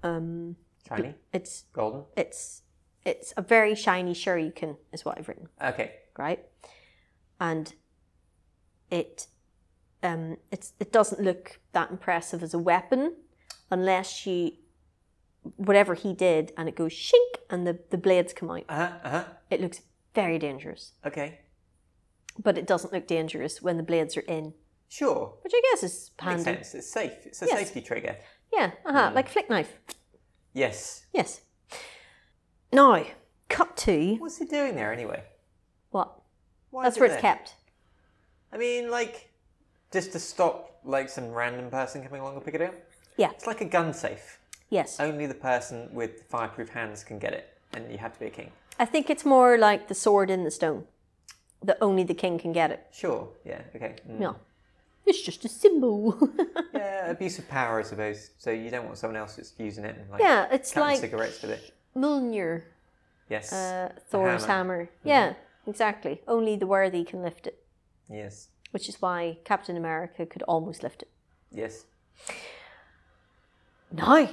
Speaker 2: a
Speaker 1: Shiny,
Speaker 2: it's
Speaker 1: golden.
Speaker 2: it's it's a very shiny shuriken, is what I've written.
Speaker 1: Okay.
Speaker 2: right? And it um, it's, it doesn't look that impressive as a weapon unless she whatever he did and it goes shink and the, the blades come out.
Speaker 1: Uh huh. Uh huh.
Speaker 2: It looks very dangerous.
Speaker 1: Okay.
Speaker 2: But it doesn't look dangerous when the blades are in.
Speaker 1: Sure.
Speaker 2: Which I guess is
Speaker 1: Makes
Speaker 2: handy.
Speaker 1: sense. Mm. It's safe. It's a
Speaker 2: Yes.
Speaker 1: safety trigger.
Speaker 2: Yeah, uh-huh, like a flick knife.
Speaker 1: Yes.
Speaker 2: Yes. Now, cut to
Speaker 1: What's he doing there anyway?
Speaker 2: what?
Speaker 1: Why is
Speaker 2: That's
Speaker 1: it
Speaker 2: where it's
Speaker 1: there?
Speaker 2: kept.
Speaker 1: I mean, like, just to stop like some random person coming along and pick it up.
Speaker 2: Yeah.
Speaker 1: It's like a gun safe.
Speaker 2: Yes.
Speaker 1: Only the person with fireproof hands can get it, and you have to be a king.
Speaker 2: I think it's more like the sword in the stone. That only the king can get it.
Speaker 1: Sure. Yeah. Okay. Mm.
Speaker 2: No. It's just a symbol.
Speaker 1: Yeah. Abuse of power, I suppose. So you don't want someone else that's using it and like
Speaker 2: yeah, it's
Speaker 1: cutting
Speaker 2: like
Speaker 1: cigarettes with it.
Speaker 2: Mjolnir,
Speaker 1: Yes.
Speaker 2: uh, Thor's
Speaker 1: hammer. Mm-hmm.
Speaker 2: hammer. Yeah, exactly. Only the worthy can lift it,
Speaker 1: yes.
Speaker 2: which is why Captain America could almost lift it.
Speaker 1: Yes.
Speaker 2: No.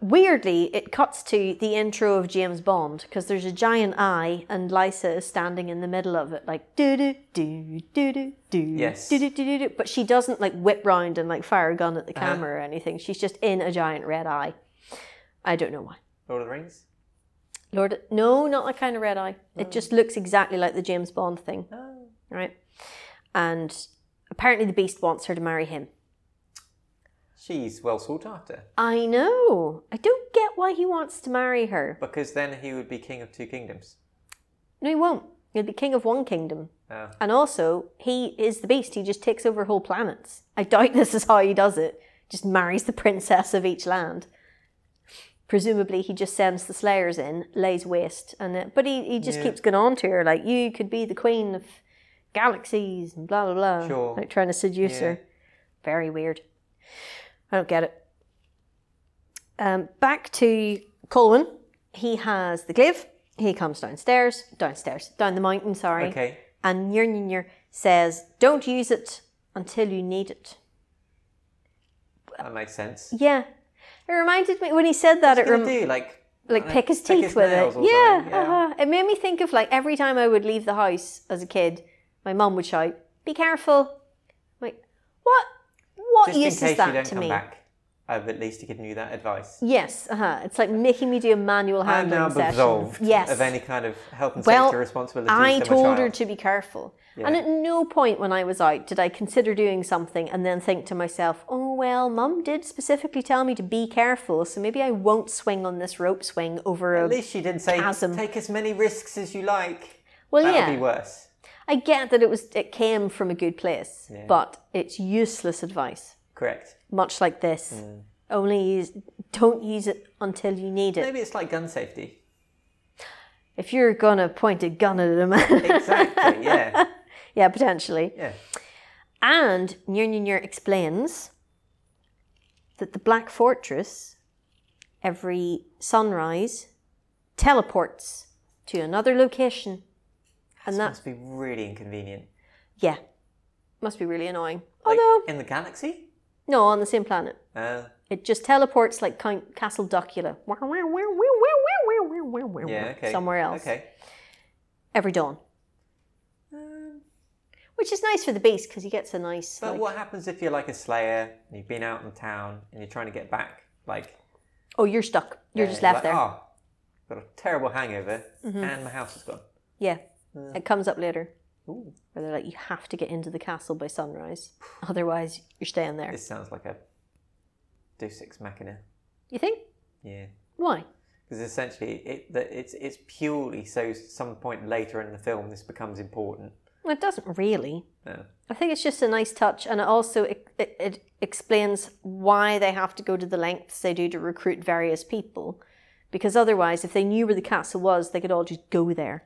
Speaker 2: Weirdly, it cuts to the intro of James Bond because there's a giant eye and Lysa is standing in the middle of it, like do do do do do do
Speaker 1: Yes.
Speaker 2: do do do do. But she doesn't like whip round and like fire a gun at the camera or anything. She's just in a giant red eye. I don't know why.
Speaker 1: Lord of the Rings.
Speaker 2: Lord, no, not that kind of red eye. It just looks exactly like the James Bond thing,
Speaker 1: Oh.
Speaker 2: right? And apparently, the Beast wants her to marry him.
Speaker 1: She's well sought after
Speaker 2: I know. I don't get why he wants to marry her.
Speaker 1: because then he would be king of two kingdoms.
Speaker 2: No, he won't. He'll be king of one kingdom.
Speaker 1: Oh.
Speaker 2: And also, he is the Beast. He just takes over whole planets. I doubt this is how he does it. Just marries the princess of each land. Presumably, he just sends the slayers in, lays waste, and it, but he, he just
Speaker 1: Yeah.
Speaker 2: keeps going on to her like you could be the queen of galaxies and blah blah blah.
Speaker 1: Sure.
Speaker 2: Like trying to seduce
Speaker 1: Yeah.
Speaker 2: her. Very weird. I don't get it. Um, back to Colwyn. He has the glaive. He comes downstairs, downstairs, down the mountain. Sorry.
Speaker 1: Okay.
Speaker 2: And Nyr Nyr Nyr says, don't use it until you need it.
Speaker 1: That makes sense.
Speaker 2: Yeah. It reminded me, when he said that, it
Speaker 1: What
Speaker 2: rem-
Speaker 1: do you do? Like,
Speaker 2: like
Speaker 1: I
Speaker 2: pick his
Speaker 1: don't know,
Speaker 2: teeth with
Speaker 1: nails
Speaker 2: it.
Speaker 1: or
Speaker 2: Yeah,
Speaker 1: something,
Speaker 2: Uh-huh. it made me think of like every time I would leave the house as a kid, my mum would shout, "Be careful!" I'm like, what? What
Speaker 1: Just
Speaker 2: use
Speaker 1: in
Speaker 2: is
Speaker 1: case
Speaker 2: that
Speaker 1: you don't
Speaker 2: to
Speaker 1: come
Speaker 2: me?
Speaker 1: back, I've at least given you that advice.
Speaker 2: Yes, uh-huh. it's like making me do a manual
Speaker 1: I'm
Speaker 2: handling
Speaker 1: now
Speaker 2: session.
Speaker 1: absolved
Speaker 2: yes,
Speaker 1: of any kind of health and
Speaker 2: Well,
Speaker 1: safety responsibilities.
Speaker 2: I
Speaker 1: to my
Speaker 2: told
Speaker 1: child.
Speaker 2: her to be careful. And at no point when I was out did I consider doing something and then think to myself, oh, well, mum did specifically tell me to be careful, so maybe I won't swing on this rope swing over a.
Speaker 1: At least she didn't say
Speaker 2: chasm.
Speaker 1: take as many risks as you like.
Speaker 2: well,
Speaker 1: That would
Speaker 2: yeah.
Speaker 1: be worse.
Speaker 2: I get that it was it came from a good place,
Speaker 1: Yeah.
Speaker 2: but it's useless advice.
Speaker 1: Correct.
Speaker 2: Much like this,
Speaker 1: Mm.
Speaker 2: only use don't use it until you need it.
Speaker 1: Maybe it's like gun safety.
Speaker 2: If you're gonna point a gun at a man,
Speaker 1: Exactly. yeah.
Speaker 2: yeah, potentially.
Speaker 1: Yeah.
Speaker 2: And Nyr Nyr Nyr explains that the Black Fortress, every sunrise, teleports to another location, and
Speaker 1: That
Speaker 2: that
Speaker 1: must be really inconvenient.
Speaker 2: yeah, must be really annoying.
Speaker 1: Like,
Speaker 2: Although
Speaker 1: in the galaxy?
Speaker 2: no, on the same planet.
Speaker 1: Uh,
Speaker 2: It just teleports like Count Castle Docula. Wow, wow, wow, wow, wow, wow, wow, wow, wow, wow,
Speaker 1: yeah, okay.
Speaker 2: Somewhere else.
Speaker 1: Okay.
Speaker 2: Every dawn.
Speaker 1: Um,
Speaker 2: Which is nice for the beast because he gets a nice.
Speaker 1: but
Speaker 2: like-
Speaker 1: what happens if you're like a slayer and you've been out in town and you're trying to get back? Like
Speaker 2: oh, you're stuck. You're
Speaker 1: yeah,
Speaker 2: just left
Speaker 1: like,
Speaker 2: there. Mm-hmm.
Speaker 1: Oh, got a terrible hangover and my house is gone.
Speaker 2: Yeah. It comes up later
Speaker 1: Ooh,
Speaker 2: where they're like, you have to get into the castle by sunrise. Otherwise, you're staying there.
Speaker 1: this sounds like a do six machina.
Speaker 2: You think?
Speaker 1: Yeah.
Speaker 2: Why?
Speaker 1: because essentially it that it's it's purely so some point later in the film this becomes important.
Speaker 2: Well, it doesn't really.
Speaker 1: No.
Speaker 2: I think it's just a nice touch, and it also it, it, it explains why they have to go to the lengths they do to recruit various people, because otherwise, if they knew where the castle was, they could all just go there.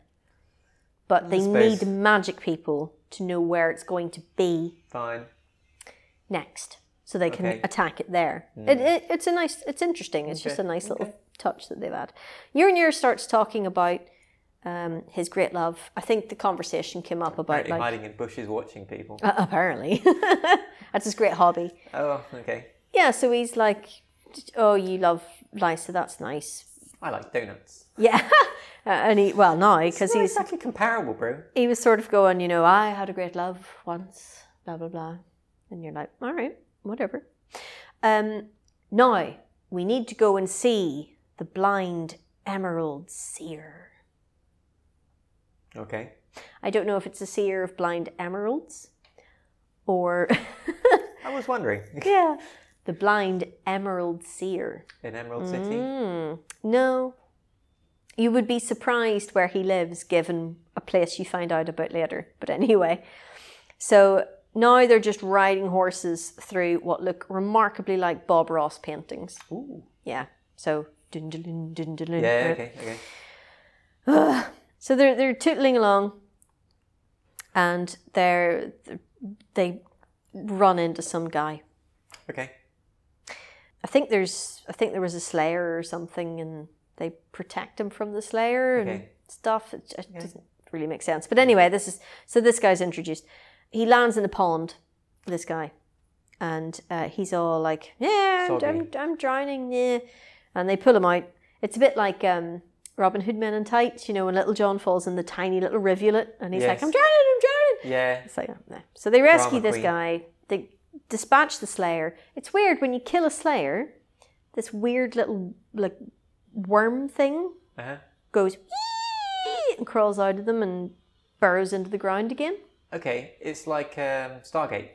Speaker 2: But they
Speaker 1: suppose-
Speaker 2: need magic people to know where it's going to be
Speaker 1: Fine.
Speaker 2: next, so they can
Speaker 1: Okay. Hmm.
Speaker 2: attack it there. It, it, it's a nice, it's interesting. It's just a
Speaker 1: Okay,
Speaker 2: nice little touch that they've had. Yurnir starts talking about um, his great love. I think the conversation came up about
Speaker 1: Apparently
Speaker 2: like
Speaker 1: hiding in bushes watching people.
Speaker 2: uh, apparently. That's his great hobby.
Speaker 1: oh, okay.
Speaker 2: Yeah, so he's like, oh, you love lice, so that's nice.
Speaker 1: I like donuts.
Speaker 2: Yeah. Uh, and he, well, no, because
Speaker 1: Not
Speaker 2: he's
Speaker 1: exactly comparable, bro.
Speaker 2: he was sort of going, you know, I had a great love once, blah, blah, blah. And you're like, all right, whatever. Um, now, we need to go and see the blind emerald seer.
Speaker 1: Okay.
Speaker 2: I don't know if it's a seer of blind emeralds or,
Speaker 1: I was wondering.
Speaker 2: yeah, the blind emerald seer.
Speaker 1: in Emerald City.
Speaker 2: Mm, no. You would be surprised where he lives, given a place you find out about later. But anyway, so now they're just riding horses through what look remarkably like Bob Ross paintings.
Speaker 1: Ooh.
Speaker 2: Yeah. So dun dun dun dun dun. dun.
Speaker 1: Yeah. Okay. Okay.
Speaker 2: So they're they're tootling along, and they're they run into some guy.
Speaker 1: Okay.
Speaker 2: I think there's I think there was a slayer or something, and they protect him from the slayer and
Speaker 1: Okay.
Speaker 2: stuff. It just doesn't really make sense. But anyway, this is so this guy's introduced. He lands in a pond. This guy, and uh, he's all like, "Yeah, I'm,
Speaker 1: Soggy.
Speaker 2: I'm, I'm drowning." Yeah, and they pull him out. It's a bit like um, Robin Hood Men in Tights, you know, when Little John falls in the tiny little rivulet, and he's like,
Speaker 1: Yes.
Speaker 2: "I'm drowning, I'm drowning."
Speaker 1: Yeah.
Speaker 2: It's like, no. So they rescue
Speaker 1: Drama
Speaker 2: this
Speaker 1: queen.
Speaker 2: guy. They dispatch the Slayer. It's weird when you kill a Slayer, this weird little like worm thing
Speaker 1: Uh huh.
Speaker 2: goes "Ee!" and crawls out of them and burrows into the ground again.
Speaker 1: Okay. It's like um, Stargate.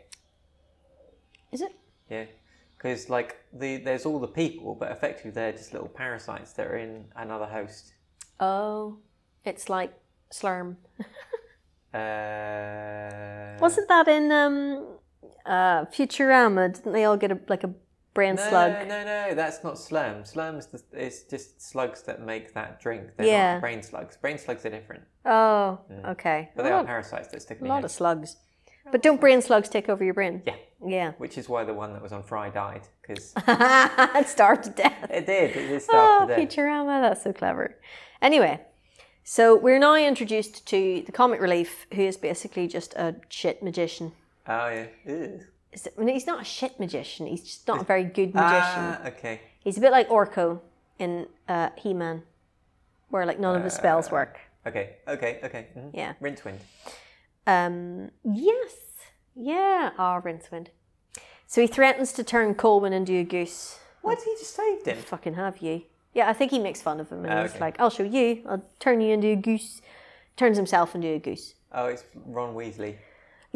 Speaker 2: Is it?
Speaker 1: Yeah. Because like the there's all the people, but effectively they're just little parasites that are in another host.
Speaker 2: Oh, it's like Slurm.
Speaker 1: Uh,
Speaker 2: Wasn't that in um, uh, Futurama? Didn't they all get a, like a brain
Speaker 1: No,
Speaker 2: slug?
Speaker 1: No, no, that's not slurm. Slurm's the, it's just slugs that make that drink. They're
Speaker 2: Yeah.
Speaker 1: not brain slugs. Brain slugs are different,
Speaker 2: Oh, okay.
Speaker 1: but
Speaker 2: a
Speaker 1: they are
Speaker 2: lot,
Speaker 1: parasites that stick in
Speaker 2: a
Speaker 1: your
Speaker 2: lot
Speaker 1: head.
Speaker 2: of slugs. But don't brain slugs take over your brain?
Speaker 1: Yeah,
Speaker 2: Yeah.
Speaker 1: which is why the one that was on Fry died because
Speaker 2: Starved to death.
Speaker 1: it did. It did
Speaker 2: Oh,
Speaker 1: start to death.
Speaker 2: Futurama, that's so clever. Anyway, So we're now introduced to the comic relief, who is basically just a shit magician.
Speaker 1: Oh yeah. Ew.
Speaker 2: Is it- well, he's not a shit magician. He's just not a very good magician.
Speaker 1: Ah, okay.
Speaker 2: he's a bit like Orko in uh, He-Man, where like none of his spells work.
Speaker 1: Okay. Okay. Okay. mhm.
Speaker 2: Yeah.
Speaker 1: Rincewind.
Speaker 2: Um, yes. Yeah. Ah, Rincewind. So he threatens to turn Colwyn into a goose.
Speaker 1: Why did he just saved him?
Speaker 2: Fucking have you? Yeah, I think he makes fun of him and
Speaker 1: Ah,
Speaker 2: he's
Speaker 1: okay.
Speaker 2: like, "I'll show you. I'll turn you into a goose." Turns himself into a goose.
Speaker 1: Oh, it's Ron Weasley.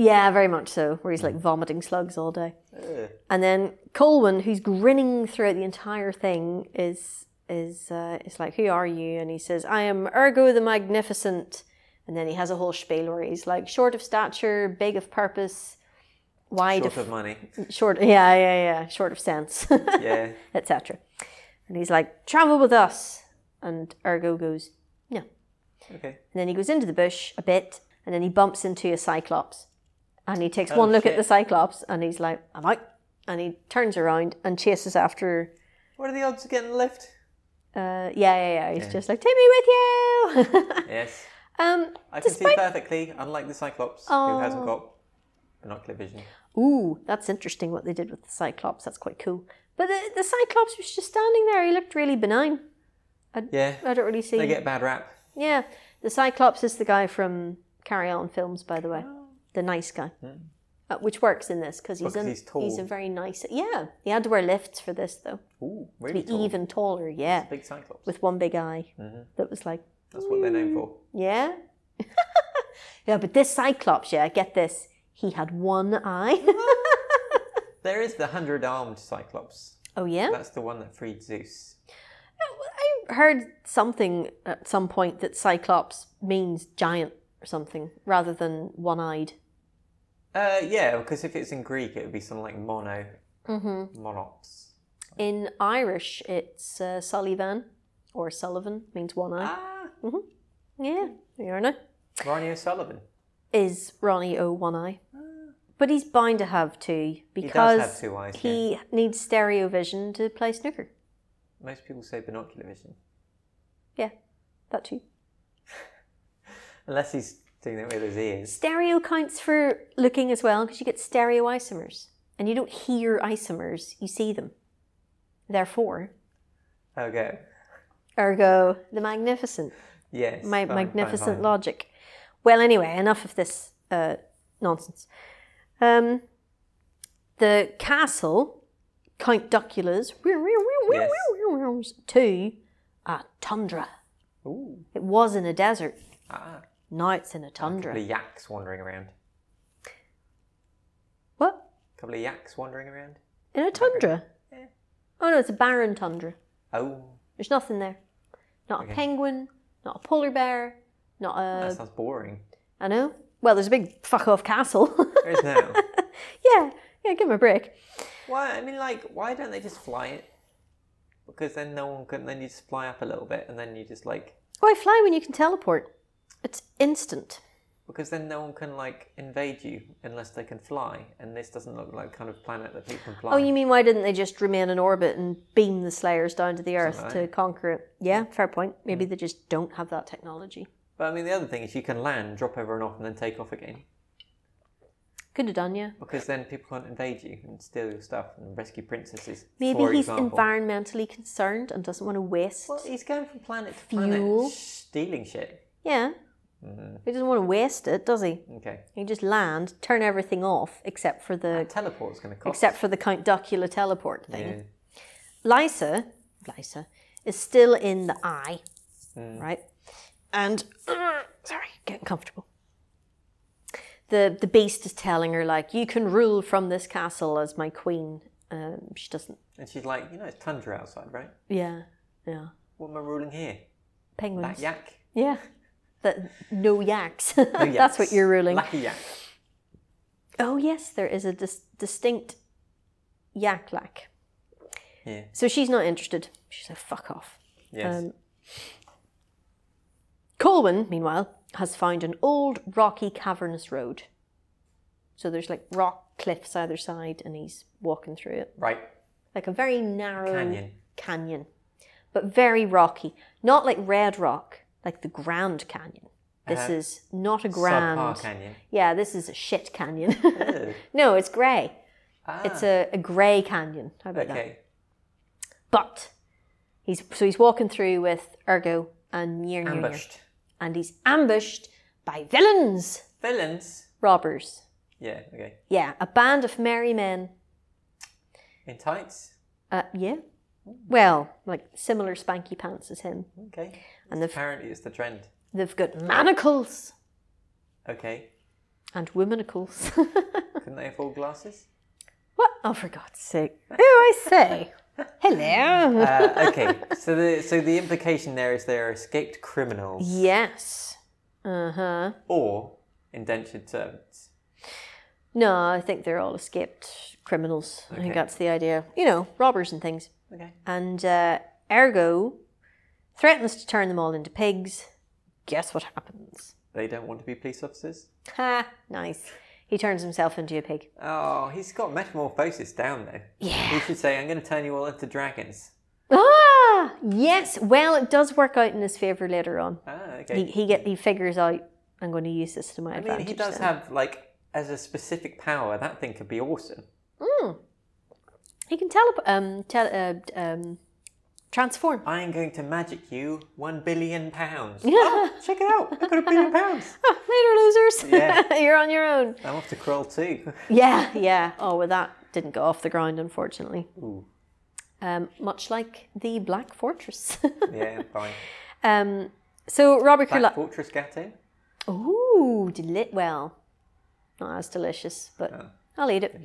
Speaker 2: Yeah, very much so. Where he's
Speaker 1: Hmm.
Speaker 2: like vomiting slugs all day.
Speaker 1: Ugh.
Speaker 2: And then Colwyn, who's grinning throughout the entire thing, is is uh, is like, "Who are you?" And he says, "I am Ergo the Magnificent." And then he has a whole spiel where he's like, "Short of stature, big of purpose, wide
Speaker 1: Short
Speaker 2: of,
Speaker 1: of money.
Speaker 2: short, yeah, yeah, yeah, short of sense,
Speaker 1: Yeah.
Speaker 2: etc." And he's like, "Travel with us." And Ergo goes, "No."
Speaker 1: Okay.
Speaker 2: And then he goes into the bush a bit, and then he bumps into a cyclops. And he takes
Speaker 1: Oh,
Speaker 2: one look at
Speaker 1: shit.
Speaker 2: the cyclops, and he's like, "I'm out." And he turns around and chases after.
Speaker 1: What are the odds of getting left?
Speaker 2: Uh, yeah, yeah, yeah. He's
Speaker 1: Yeah.
Speaker 2: just like, "Take me with you."
Speaker 1: Yes.
Speaker 2: um,
Speaker 1: I can
Speaker 2: Despite-
Speaker 1: see perfectly, unlike the Cyclops, who hasn't
Speaker 2: Oh.
Speaker 1: got binocular vision.
Speaker 2: ooh, that's interesting what they did with the cyclops. That's quite cool. But the, the cyclops was just standing there. He looked really benign.
Speaker 1: Yeah.
Speaker 2: I don't really see.
Speaker 1: They get a bad rap.
Speaker 2: Yeah, the cyclops is the guy from Carry On films, by the way,
Speaker 1: Oh.
Speaker 2: the nice guy, uh, which works in this because he's
Speaker 1: Hmm. Because
Speaker 2: in,
Speaker 1: he's tall.
Speaker 2: a very nice. Yeah, he had to wear lifts for this though.
Speaker 1: Ooh,
Speaker 2: be
Speaker 1: really tall. Mm-hmm.
Speaker 2: even taller, yeah,
Speaker 1: Big Cyclops.
Speaker 2: with one big eye that was like,
Speaker 1: That's what they're known for.
Speaker 2: yeah, yeah. But this Cyclops, yeah, get this, he had one eye.
Speaker 1: There is the hundred-armed Cyclops.
Speaker 2: oh yeah, Oh,
Speaker 1: That's the one that freed Zeus.
Speaker 2: I heard something at some point that Cyclops means giant or something rather than one-eyed.
Speaker 1: Uh, yeah, because if it's in Greek, it would be something like mono, Mm-hmm. monops.
Speaker 2: In Irish, it's uh, Sullivan or Sullivan means one eye.
Speaker 1: Ah,
Speaker 2: Yeah, you know.
Speaker 1: Ronnie O'Sullivan.
Speaker 2: Is Ronnie O one eye? But he's bound to have two
Speaker 1: Ah. have
Speaker 2: because
Speaker 1: two eyes,
Speaker 2: he needs stereo vision to play snooker.
Speaker 1: Most people say binocular vision,
Speaker 2: Yeah, that too.
Speaker 1: unless he's doing it with his ears.
Speaker 2: Stereo counts for looking as well because you get stereo isomers, and you don't hear isomers; you see them. Therefore,
Speaker 1: Okay.
Speaker 2: ergo the magnificent.
Speaker 1: Yes.
Speaker 2: my
Speaker 1: fine,
Speaker 2: magnificent
Speaker 1: fine, fine.
Speaker 2: logic. Well, anyway, enough of this uh, nonsense. Um, the castle, Count Duckula's, to a tundra.
Speaker 1: Ooh.
Speaker 2: It was in a desert.
Speaker 1: Ah.
Speaker 2: Now it's in a
Speaker 1: The
Speaker 2: tundra.
Speaker 1: yaks wandering around.
Speaker 2: What?
Speaker 1: couple of yaks wandering around.
Speaker 2: In a tundra?
Speaker 1: Yeah.
Speaker 2: Oh no, it's a barren tundra.
Speaker 1: Oh,
Speaker 2: There's nothing there. Not a
Speaker 1: Okay.
Speaker 2: penguin. Not a polar bear. Not a.
Speaker 1: that sounds boring.
Speaker 2: I know. Well, there's a big fuck off castle.
Speaker 1: There is now.
Speaker 2: yeah, yeah. Give him a break.
Speaker 1: why? I mean, like, why don't they just fly it? Because then no one can. Then you just fly up a little bit, and then you just like.
Speaker 2: Why Oh, fly when you can teleport? It's instant.
Speaker 1: Because then no one can like invade you unless they can fly, and this doesn't look like the kind of planet that people can fly.
Speaker 2: Oh, you mean why didn't they just remain in orbit and beam the Slayers down to the Earth
Speaker 1: Something
Speaker 2: to
Speaker 1: like
Speaker 2: conquer it? Yeah, fair point. Maybe they just don't have that technology.
Speaker 1: But I mean, the other thing is you can land, drop over and off, and then take off again.
Speaker 2: Could have done, yeah.
Speaker 1: Because then people can't invade you and steal your stuff and rescue princesses.
Speaker 2: Maybe
Speaker 1: for
Speaker 2: he's
Speaker 1: example.
Speaker 2: environmentally concerned and doesn't want to waste.
Speaker 1: Well, he's going from planet to
Speaker 2: Fuel.
Speaker 1: planet, stealing shit.
Speaker 2: Yeah. He doesn't want to waste it, does he?
Speaker 1: Okay.
Speaker 2: He just land, turn everything off except for the
Speaker 1: Teleport's going to cost.
Speaker 2: Uh, except for the Count Duckula teleport thing.
Speaker 1: Yeah.
Speaker 2: Lysa, Lysa, is still in the eye, right? And sorry, getting comfortable. The the beast is telling her like, "You can rule from this castle as my queen." Um, she doesn't.
Speaker 1: And she's like, you know, it's tundra outside, right?
Speaker 2: Yeah, yeah.
Speaker 1: What am I ruling here? That
Speaker 2: Penguins.
Speaker 1: yak.
Speaker 2: Yeah. That no yaks.
Speaker 1: No
Speaker 2: That's what
Speaker 1: yaks.
Speaker 2: you're ruling.
Speaker 1: Lucky yak.
Speaker 2: oh yes, there is a dis- distinct yak lack.
Speaker 1: Yeah.
Speaker 2: So she's not interested. She's like, "Fuck off."
Speaker 1: Yes.
Speaker 2: Um, Colwyn, meanwhile, has found an old rocky cavernous road. So there's like rock cliffs either side, and he's walking through it.
Speaker 1: right.
Speaker 2: Like a very narrow
Speaker 1: Canyon.
Speaker 2: canyon, but very rocky. Not like red rock, like the Grand Canyon. This
Speaker 1: Uh-huh.
Speaker 2: is not a
Speaker 1: Subpar
Speaker 2: grand.
Speaker 1: Canyon.
Speaker 2: Yeah, this is a shit canyon.
Speaker 1: Ew.
Speaker 2: no, it's grey.
Speaker 1: Ah,
Speaker 2: It's a, a grey canyon. How about that?
Speaker 1: okay.
Speaker 2: But he's so he's walking through with Ergo and Nier Nier, Nier.
Speaker 1: Ambushed.
Speaker 2: and he's ambushed by villains,
Speaker 1: Villains.
Speaker 2: robbers.
Speaker 1: Yeah. Okay.
Speaker 2: Yeah, a band of merry men.
Speaker 1: In tights.
Speaker 2: Uh, yeah, well, like similar spanky pants as him,
Speaker 1: Okay.
Speaker 2: and they've
Speaker 1: Apparently, it's the trend.
Speaker 2: they've got manacles
Speaker 1: Okay.
Speaker 2: and womanicles.
Speaker 1: Couldn't they afford glasses?
Speaker 2: what? Oh, for God's sake! Who I say? Hello.
Speaker 1: Uh, okay. So the so the implication there is they're escaped criminals
Speaker 2: yes. Uh huh.
Speaker 1: or indentured servants.
Speaker 2: No, I think they're all escaped criminals. I
Speaker 1: Okay.
Speaker 2: think that's the idea. You know, robbers and things.
Speaker 1: Okay.
Speaker 2: And uh, Ergo threatens to turn them all into pigs. Guess what happens?
Speaker 1: They don't want to be police officers.
Speaker 2: Ha! Nice. He turns himself into a pig.
Speaker 1: Oh, he's got metamorphosis down though.
Speaker 2: Yeah.
Speaker 1: He should say, "I'm going to turn you all into dragons."
Speaker 2: Ah! Yes. Well, it does work out in his favor later on.
Speaker 1: Ah, okay.
Speaker 2: He he get he figures out. I'm going to use this to my
Speaker 1: I
Speaker 2: advantage.
Speaker 1: mean, he does
Speaker 2: then."
Speaker 1: have like as a specific power. That thing could be awesome.
Speaker 2: He can tele- um, tele- uh, um, transform.
Speaker 1: I am going to magic you one billion pounds. oh, check it out! I got a billion pounds.
Speaker 2: Oh, later, losers.
Speaker 1: Yeah.
Speaker 2: You're on your own.
Speaker 1: I'm off to Kroll too.
Speaker 2: Yeah, yeah. Oh, well, that didn't go off the ground, unfortunately.
Speaker 1: Ooh,
Speaker 2: Um, much like the Black Fortress.
Speaker 1: yeah, fine.
Speaker 2: um, so Robert
Speaker 1: Black
Speaker 2: Carlyle.
Speaker 1: Fortress Gato.
Speaker 2: Ooh, deli- well, not as delicious, but
Speaker 1: Oh.
Speaker 2: I'll eat it.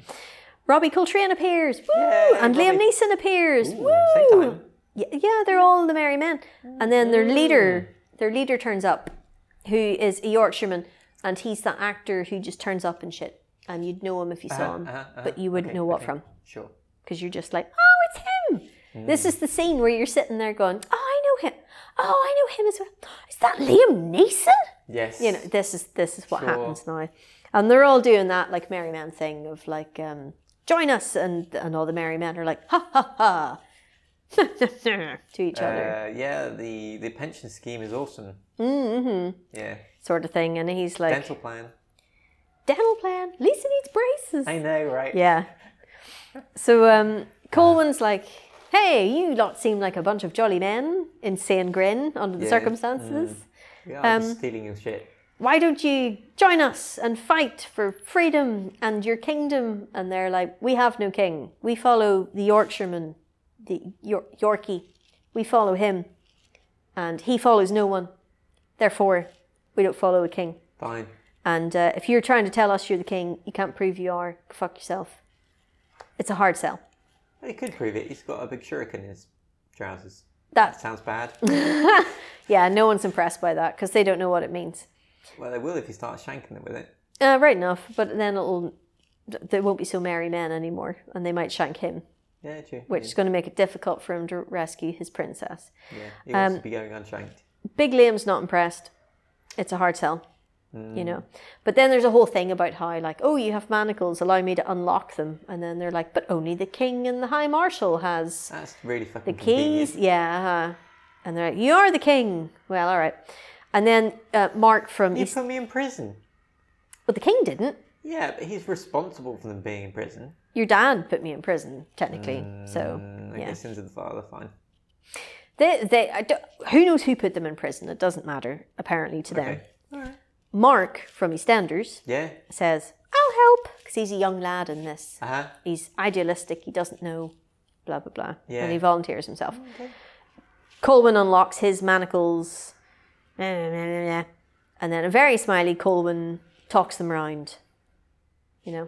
Speaker 2: Robbie Coltrane appears, woo,
Speaker 1: Yay,
Speaker 2: and Liam
Speaker 1: Robbie.
Speaker 2: Neeson appears,
Speaker 1: Ooh,
Speaker 2: woo.
Speaker 1: same time.
Speaker 2: Yeah, yeah, they're all the merry men, and then their leader, their leader turns up, who is a Yorkshireman, and he's that actor who just turns up and shit, and you'd know him if you saw him,
Speaker 1: Uh-huh, uh-huh.
Speaker 2: but you wouldn't
Speaker 1: Okay,
Speaker 2: know what
Speaker 1: okay.
Speaker 2: from.
Speaker 1: Sure.
Speaker 2: because you're just like, oh, it's him. This is the scene where you're sitting there going, oh, I know him. Oh, I know him as well. Is that Liam Neeson?
Speaker 1: Yes.
Speaker 2: You know, this is this is what
Speaker 1: Sure.
Speaker 2: happens now, and they're all doing that like merry men thing of like, um, join us, and and all the merry men are like, ha ha ha, to each other,
Speaker 1: Uh, yeah, the the pension scheme is awesome.
Speaker 2: mm-hmm,
Speaker 1: Yeah,
Speaker 2: sort of thing. And he's like, dental,
Speaker 1: dental plan.
Speaker 2: plan. Lisa needs braces.
Speaker 1: I know, right?
Speaker 2: Yeah. So um, Colwyn's like, hey, you lot seem like a bunch of jolly men, insane grin under the
Speaker 1: Yeah.
Speaker 2: circumstances.
Speaker 1: We are
Speaker 2: Um,
Speaker 1: just stealing your shit.
Speaker 2: Why don't you join us and fight for freedom and your kingdom? And they're like, we have no king. We follow the Yorkshireman, the Yor- Yorkie. We follow him. And he follows no one. Therefore, we don't follow a king.
Speaker 1: Fine.
Speaker 2: And uh, if you're trying to tell us you're the king, you can't prove you are. Fuck yourself. It's a hard sell.
Speaker 1: He could prove it. He's got a big shuriken in his trousers.
Speaker 2: That's
Speaker 1: Sounds bad.
Speaker 2: yeah. No one's impressed by that because they don't know what it means.
Speaker 1: well, they will if you start shanking them with it.
Speaker 2: Uh, right enough, but then it'll they won't be so merry men anymore, and they might shank him,
Speaker 1: Yeah, true.
Speaker 2: which is going to make it difficult for him to rescue his princess.
Speaker 1: Yeah, he
Speaker 2: um,
Speaker 1: wants to be going unshanked.
Speaker 2: Big Liam's not impressed. It's a hard sell, you know. But then there's a whole thing about how like, oh, you have manacles. Allow me to unlock them, and then they're like, but only the king and the high marshal has
Speaker 1: That's really fucking
Speaker 2: the keys yeah uh-huh. and they're like you're the king well all right and then uh, mark from
Speaker 1: You
Speaker 2: east
Speaker 1: put me in prison.
Speaker 2: well the king didn't
Speaker 1: Yeah, but he's responsible for them being in prison.
Speaker 2: your dad put me in prison technically so
Speaker 1: Mm, I
Speaker 2: yeah
Speaker 1: guess sins of the father, fine.
Speaker 2: they, they I don't- who knows who put them in prison it doesn't matter apparently to them
Speaker 1: Okay.
Speaker 2: mark from eastenders
Speaker 1: Yeah.
Speaker 2: says i'll help because he's a young lad in this
Speaker 1: Uh huh.
Speaker 2: he's idealistic he doesn't know blah blah blah
Speaker 1: Yeah.
Speaker 2: and he volunteers himself colwyn unlocks his manacles and then a very smiley colwyn talks them round you know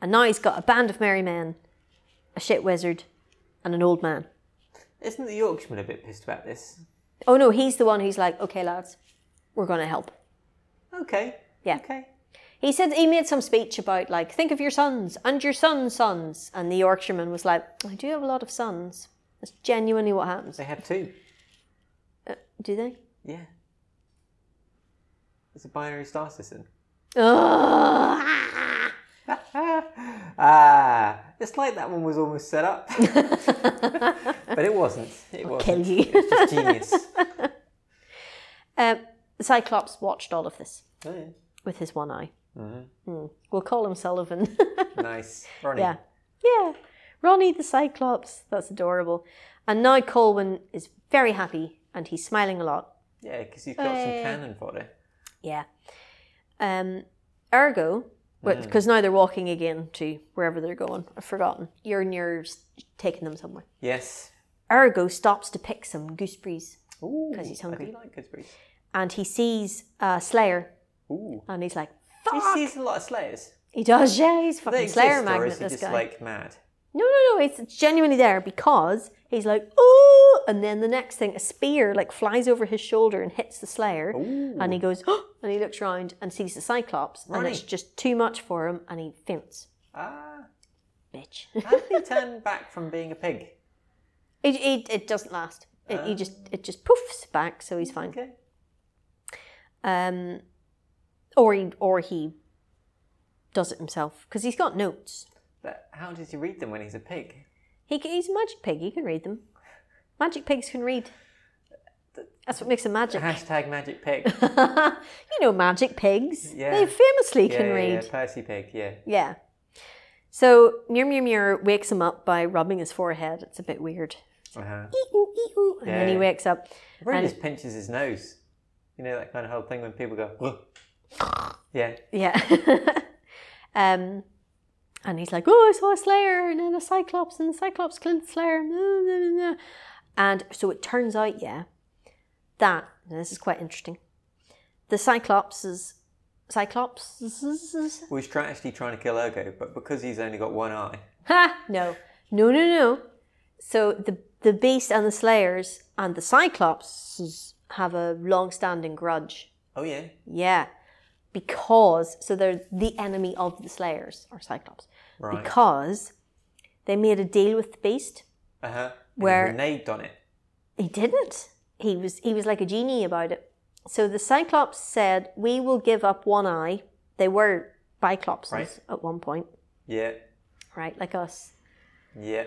Speaker 2: and now he's got a band of merry men a shit wizard and an old man
Speaker 1: Isn't the Yorkshireman a bit pissed about this?
Speaker 2: oh no he's the one who's like okay lads we're going to help
Speaker 1: Okay.
Speaker 2: Yeah.
Speaker 1: Okay.
Speaker 2: He said he made some speech about like think of your sons and your sons' sons, and the Yorkshireman was like, "I do have a lot of sons." That's genuinely what happens.
Speaker 1: They have two.
Speaker 2: Uh, do they?
Speaker 1: Yeah. It's a binary star system.
Speaker 2: Ugh, ah.
Speaker 1: ah, it's like that one was almost set up, but it wasn't. It wasn't.
Speaker 2: Kill you.
Speaker 1: It's just genius.
Speaker 2: Um, Cyclops watched all of this
Speaker 1: Oh, yeah.
Speaker 2: with his one eye. Mm. We'll call him Sullivan.
Speaker 1: Nice. Ronnie.
Speaker 2: yeah. Yeah. Ronnie the Cyclops. That's adorable. And now Colwyn is very happy and he's smiling a lot.
Speaker 1: Yeah, because you've got some
Speaker 2: Hey.
Speaker 1: cannon fodder.
Speaker 2: Yeah. Um, ergo,
Speaker 1: Mm.
Speaker 2: because now they're walking again to wherever they're going. I've forgotten. You're near taking them somewhere.
Speaker 1: Yes.
Speaker 2: Ergo stops to pick some gooseberries
Speaker 1: Ooh.
Speaker 2: 'Cause he's
Speaker 1: I
Speaker 2: hungry.
Speaker 1: do like gooseberries.
Speaker 2: and he sees uh, Slayer
Speaker 1: Ooh.
Speaker 2: and he's like,
Speaker 1: He
Speaker 2: fuck!
Speaker 1: sees a lot of slayers.
Speaker 2: He does, yeah, he's
Speaker 1: They
Speaker 2: fucking
Speaker 1: exist,
Speaker 2: Slayer
Speaker 1: or is
Speaker 2: magnet,
Speaker 1: he
Speaker 2: this
Speaker 1: just
Speaker 2: guy.
Speaker 1: like mad?
Speaker 2: No, no, no, it's genuinely there because he's like, ooh! And then the next thing, a spear like flies over his shoulder and hits the Slayer.
Speaker 1: Ooh.
Speaker 2: And he goes, oh! And he looks round and sees the Cyclops
Speaker 1: Ronnie.
Speaker 2: and it's just too much for him and he faints.
Speaker 1: Ah.
Speaker 2: Bitch.
Speaker 1: How did he turn back from being a pig?
Speaker 2: It, it, it doesn't last. It, he just it just poofs back, so he's fine.
Speaker 1: Oh. Okay.
Speaker 2: Um, or he or he does it himself because he's got notes.
Speaker 1: But how does he read them when he's a pig?
Speaker 2: He can, he's a magic pig. He can read them. Magic pigs can read. That's what makes them magic.
Speaker 1: Hashtag magic pig.
Speaker 2: you know, magic pigs.
Speaker 1: Yeah.
Speaker 2: They famously
Speaker 1: yeah,
Speaker 2: can
Speaker 1: yeah,
Speaker 2: read.
Speaker 1: yeah, Percy pig, yeah.
Speaker 2: Yeah. So Mir Mir Mir wakes him up by rubbing his forehead. It's a bit weird.
Speaker 1: Uh-huh.
Speaker 2: Ee-oo, ee-oo, And then he
Speaker 1: Yeah.
Speaker 2: wakes up.
Speaker 1: Really
Speaker 2: And-
Speaker 1: just pinches his nose. You know that kind of whole thing when people go, "Ugh." yeah,
Speaker 2: Yeah. um, and he's like, oh, I saw a Slayer and then a Cyclops and the Cyclops Clint Slayer. No, no, no, no. And so it turns out, yeah, that, and this is quite interesting, the Cyclops is. Cyclops?
Speaker 1: we was try- actually trying to kill Ergo, but because he's only got one eye,
Speaker 2: Ha! No. No, no, no. So the, the Beast and the Slayers and the Cyclops have a long standing grudge.
Speaker 1: oh yeah,
Speaker 2: Yeah. Because, so they're the enemy of the Slayers, or Cyclops.
Speaker 1: right,
Speaker 2: because they made a deal with the beast.
Speaker 1: uh huh,
Speaker 2: Where-
Speaker 1: reneged on it.
Speaker 2: He didn't. He was he was like a genie about it. So the Cyclops said, "We will give up one eye." They were biclopses
Speaker 1: Right.
Speaker 2: at one point,
Speaker 1: Yeah,
Speaker 2: right, like us.
Speaker 1: yeah,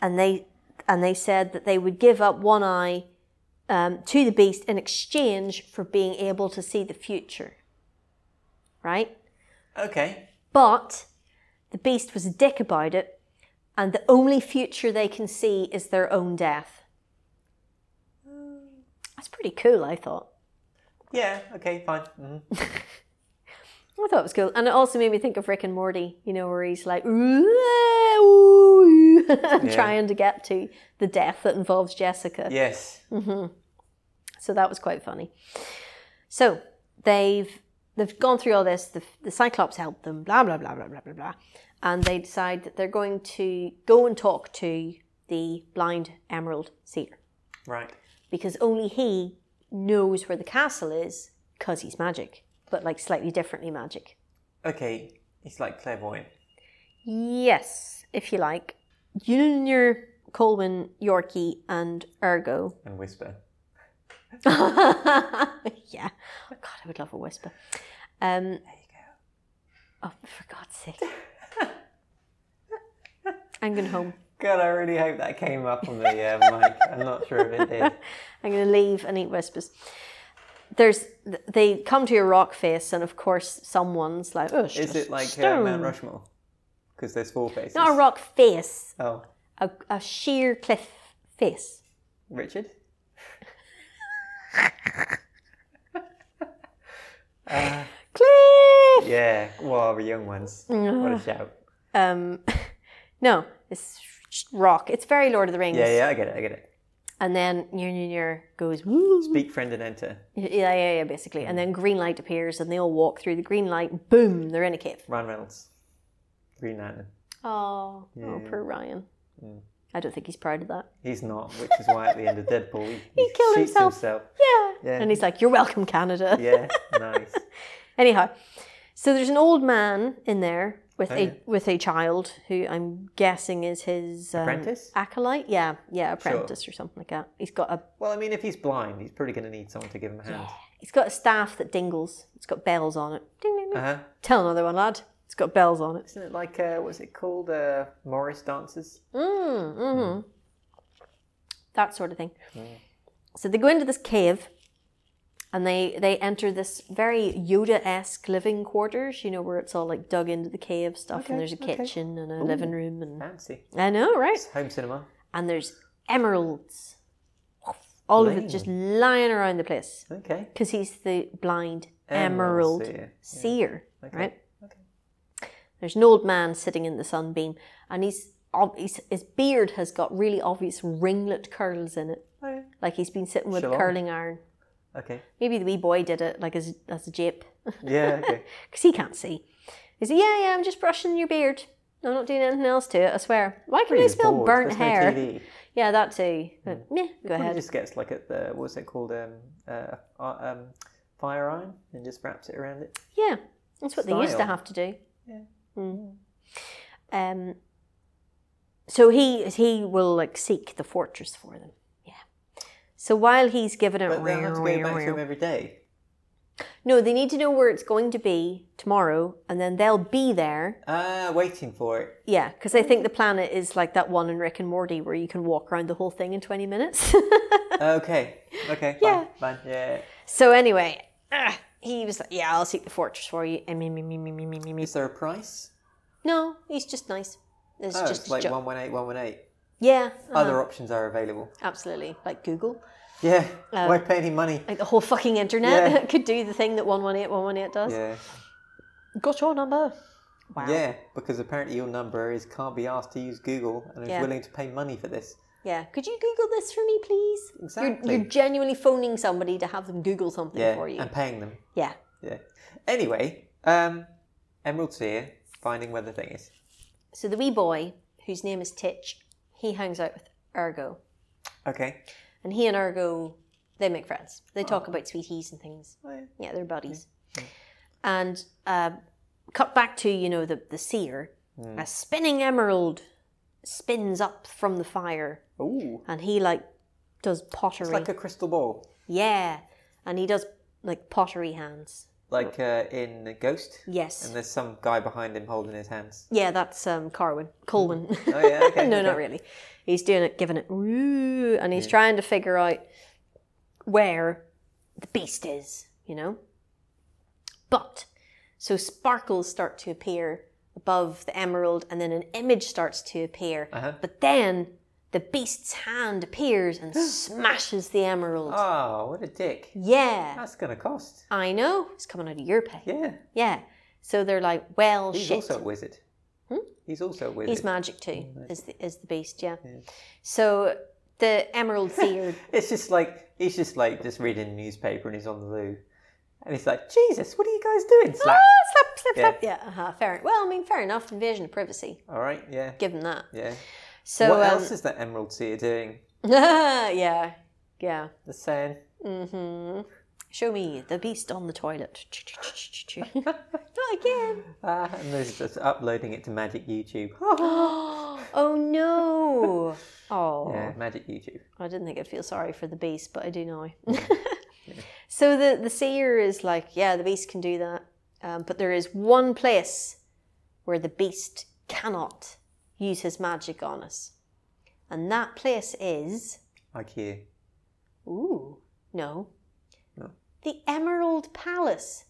Speaker 2: And they and they said that they would give up one eye um, to the beast in exchange for being able to see the future, right?
Speaker 1: okay,
Speaker 2: But the beast was a dick about it, and the only future they can see is their own death. That's pretty cool, I thought.
Speaker 1: yeah, okay, fine. hmm
Speaker 2: I thought it was cool. And it also made me think of Rick and Morty, you know, where he's like, "Ooh, ah, ooh," trying to get to the death that involves Jessica.
Speaker 1: Yes,
Speaker 2: Mm. So that was quite funny. So they've they've gone through all this. The, the Cyclops helped them. Blah blah blah blah blah blah blah. And they decide that they're going to go and talk to the blind Emerald Seer
Speaker 1: right,
Speaker 2: because only he knows where the castle is because he's magic, but like slightly differently magic.
Speaker 1: okay. He's like clairvoyant.
Speaker 2: Yes, if you like. Junior Colwyn Yorkie and Ergo
Speaker 1: And whisper.
Speaker 2: yeah. Oh, God, I would love a whisper. Um, there you go. Oh, for God's sake. I'm going home.
Speaker 1: God, I really hope that came up on the uh, mic. I'm not sure if it did.
Speaker 2: I'm going to leave and eat whispers. There's, th- they come to your rock face, and of course, someone's like, oh, it's
Speaker 1: Is
Speaker 2: just
Speaker 1: it like uh,
Speaker 2: stone.
Speaker 1: Mount Rushmore? Because there's four faces.
Speaker 2: Not a rock face,
Speaker 1: Oh,
Speaker 2: a, a sheer cliff face.
Speaker 1: Richard.
Speaker 2: Cliff!
Speaker 1: Yeah, well, the young ones. What a shout.
Speaker 2: Um, no, it's just rock. It's very Lord of the Rings.
Speaker 1: Yeah, yeah, I get it, I get it.
Speaker 2: And then Nyr Nyr Nyr goes, woo.
Speaker 1: Speak, friend, and enter.
Speaker 2: Yeah, yeah, yeah, basically. And
Speaker 1: Mm.
Speaker 2: then green light appears, and they all walk through the green light. and Boom, they're in a cave.
Speaker 1: Ryan Reynolds. Green Lantern.
Speaker 2: Oh, oh,
Speaker 1: Yeah.
Speaker 2: poor Ryan. I don't think he's proud of that.
Speaker 1: He's not, which is why at the end of Deadpool, he,
Speaker 2: He killed
Speaker 1: shoots
Speaker 2: himself. Yeah.
Speaker 1: Yeah.
Speaker 2: And he's like, "You're welcome, Canada."
Speaker 1: Yeah, nice.
Speaker 2: Anyhow, so there's an old man in there with
Speaker 1: Oh,
Speaker 2: a
Speaker 1: yeah.
Speaker 2: with a child who I'm guessing is his um,
Speaker 1: Apprentice?
Speaker 2: acolyte. Yeah, yeah, apprentice or something like that. He's got a
Speaker 1: Well, I mean, if he's blind, he's probably going to need someone to give him a hand.
Speaker 2: he's got a staff that dingles. It's got bells on it. Ding ding ding.
Speaker 1: Uh huh.
Speaker 2: Tell another one, lad. It's got bells on it.
Speaker 1: Isn't it like, uh, what's it called? Uh, Morris dances?
Speaker 2: Mm, hmm That sort of thing. So they go into this cave and they they enter this very Yoda-esque living quarters, you know, where it's all like dug into the cave stuff,
Speaker 1: Okay,
Speaker 2: and there's a
Speaker 1: okay.
Speaker 2: kitchen and a living room, and
Speaker 1: Fancy.
Speaker 2: I know, right?
Speaker 1: It's home cinema.
Speaker 2: And there's emeralds, all of it just lying around the place,
Speaker 1: Okay.
Speaker 2: because he's the blind
Speaker 1: Emerald
Speaker 2: emerald,
Speaker 1: seer, yeah.
Speaker 2: seer,
Speaker 1: Okay.
Speaker 2: right?
Speaker 1: Okay.
Speaker 2: There's an old man sitting in the sunbeam, and he's, ob- he's his beard has got really obvious ringlet curls in it,
Speaker 1: Oh, yeah.
Speaker 2: like he's been sitting with a
Speaker 1: Shalom.
Speaker 2: curling iron.
Speaker 1: Okay.
Speaker 2: Maybe the wee boy did it, like as as a jape.
Speaker 1: Yeah. Okay.
Speaker 2: because he can't see. He said, "Yeah, yeah, I'm just brushing your beard. I'm not doing anything else to it. I swear. Why can
Speaker 1: Really
Speaker 2: you smell
Speaker 1: bored.
Speaker 2: burnt
Speaker 1: There's no Hmm.
Speaker 2: hair?
Speaker 1: TV.
Speaker 2: yeah, that too. But meh, go
Speaker 1: Probably
Speaker 2: ahead.
Speaker 1: just gets like at the what's it called um, uh, uh, um, fire iron and just wraps it around it.
Speaker 2: Yeah, that's what they used to
Speaker 1: Style.
Speaker 2: have to do.
Speaker 1: Yeah.
Speaker 2: Mm. Um. So he he will like seek the fortress for them. Yeah. So while he's giving it,
Speaker 1: But they have to go back to him every day.
Speaker 2: no, they need to know where it's going to be tomorrow, and then they'll be there.
Speaker 1: Ah, waiting for it.
Speaker 2: Yeah, because I think the planet is like that one in Rick and Morty where you can walk around the whole thing in 20 minutes.
Speaker 1: Okay. Okay. Fine.
Speaker 2: Yeah.
Speaker 1: Fine. Yeah.
Speaker 2: so, anyway, ah, he was like, Yeah, I'll seek the fortress for you. Eh, me, me, me, me, me, me, me, me.
Speaker 1: Is there a price?
Speaker 2: No, he's just nice. It's
Speaker 1: oh,
Speaker 2: just
Speaker 1: it's
Speaker 2: his
Speaker 1: like
Speaker 2: job.
Speaker 1: one one eight, one one eight.
Speaker 2: Yeah, uh,
Speaker 1: Other options are available.
Speaker 2: absolutely. Like Google.
Speaker 1: Yeah.
Speaker 2: Uh,
Speaker 1: Why pay any money?
Speaker 2: Like the whole fucking internet
Speaker 1: Yeah.
Speaker 2: could do the thing that 118 118 does.
Speaker 1: Yeah.
Speaker 2: Got your number. Wow.
Speaker 1: Yeah, because apparently your number is can't be asked to use Google and is
Speaker 2: Yeah.
Speaker 1: willing to pay money for this.
Speaker 2: Yeah. Could you Google this for me, please?
Speaker 1: Exactly.
Speaker 2: You're, you're genuinely phoning somebody to have them Google something
Speaker 1: Yeah.
Speaker 2: for you.
Speaker 1: And paying them.
Speaker 2: yeah.
Speaker 1: Yeah. Anyway, um, Emerald's here, finding where the thing is.
Speaker 2: So the wee boy, whose name is Titch, he hangs out with Ergo.
Speaker 1: Okay.
Speaker 2: And he and Ergo, they make friends. They
Speaker 1: Oh.
Speaker 2: talk about sweeties and things. Yeah, they're buddies. And uh, cut back to, you know, the, the seer. A spinning emerald spins up from the fire.
Speaker 1: Ooh.
Speaker 2: And he, like, does pottery.
Speaker 1: It's like a crystal ball,
Speaker 2: yeah. And he does, like, pottery hands.
Speaker 1: like uh, in Ghost.
Speaker 2: Yes.
Speaker 1: And there's some guy behind him holding his hands.
Speaker 2: Yeah, that's um, Carwin. Colwyn.
Speaker 1: Oh, yeah, okay,
Speaker 2: no, not
Speaker 1: okay.
Speaker 2: really. He's doing it, giving it, "Ooh," and he's trying to figure out where the beast is, you know? But, so sparkles start to appear above the emerald, and then an image starts to appear.
Speaker 1: Uh-huh.
Speaker 2: But then the beast's hand appears and smashes the emerald.
Speaker 1: Oh, what a dick.
Speaker 2: yeah,
Speaker 1: That's going to cost.
Speaker 2: I know. It's coming out of your pay. Yeah.
Speaker 1: Yeah.
Speaker 2: So they're like, well,
Speaker 1: He's
Speaker 2: shit. Hmm?
Speaker 1: also Mm, a wizard. He's also a wizard.
Speaker 2: He's magic too, is the, is the beast, yeah. So the Emerald Seer,
Speaker 1: It's just like he's just like just reading the newspaper and he's on the loo, and he's like, Jesus, what are you guys doing? Slap.
Speaker 2: oh, slap, slap,
Speaker 1: Yeah.
Speaker 2: slap, yeah, uh-huh, fair. Well, I mean, fair enough. Invasion of privacy,
Speaker 1: All right, yeah,
Speaker 2: give him that.
Speaker 1: yeah.
Speaker 2: Ah! So,
Speaker 1: what
Speaker 2: um,
Speaker 1: else is that Emerald Seer doing?
Speaker 2: yeah, yeah.
Speaker 1: The sand.
Speaker 2: hmm Show me the beast on the toilet. Not again.
Speaker 1: Ah, and there's just uploading it to Magic YouTube.
Speaker 2: oh no! Oh,
Speaker 1: Yeah, Magic YouTube.
Speaker 2: I didn't think I'd feel sorry for the beast, but I do now. so the the seer is like, yeah, the beast can do that, um, but there is one place where the beast cannot use his magic on us, and that place is
Speaker 1: IQ.
Speaker 2: ooh no,
Speaker 1: No.
Speaker 2: the Emerald Palace.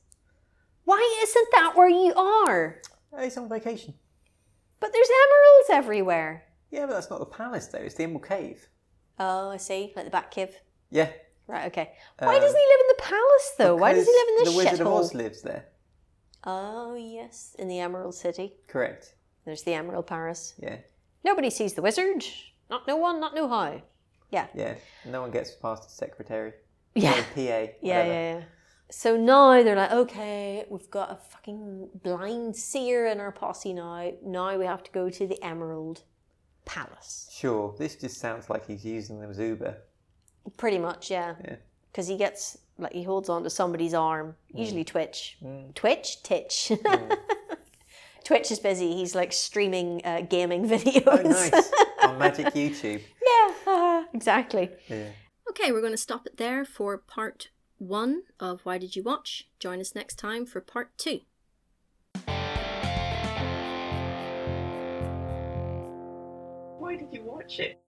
Speaker 2: Why isn't that where you are?
Speaker 1: Oh, he's on vacation.
Speaker 2: But there's emeralds everywhere.
Speaker 1: Yeah, but that's not the palace though. It's the Emerald Cave.
Speaker 2: Oh, I see, like the Bat Cave.
Speaker 1: Yeah.
Speaker 2: Right, okay. Why
Speaker 1: Um,
Speaker 2: doesn't he live in the palace though? Why does he live in
Speaker 1: The
Speaker 2: this
Speaker 1: Wizard of Oz
Speaker 2: shithole?
Speaker 1: lives there.
Speaker 2: Oh yes, in the Emerald City.
Speaker 1: Correct.
Speaker 2: There's the Emerald Paris.
Speaker 1: Yeah.
Speaker 2: Nobody sees the wizard. Not no one, not no how.
Speaker 1: Yeah. No one gets past his secretary. Or
Speaker 2: Yeah.
Speaker 1: PA. Yeah,
Speaker 2: Yeah, yeah, yeah. So now they're like, okay, we've got a fucking blind seer in our posse now. Now we have to go to the Emerald Palace.
Speaker 1: Sure. This just sounds like he's using them as Uber.
Speaker 2: Pretty much, yeah.
Speaker 1: Yeah.
Speaker 2: Because he gets like he holds on to somebody's arm,
Speaker 1: Mm.
Speaker 2: usually Twitch. Twitch, Titch. Twitch is busy. He's like streaming uh, gaming videos.
Speaker 1: Oh, nice. on Magic YouTube.
Speaker 2: yeah, exactly.
Speaker 1: Yeah.
Speaker 2: Okay, we're going to stop it there for part one of Why Did You Watch? Join us next time for part two.
Speaker 3: Why did you watch it?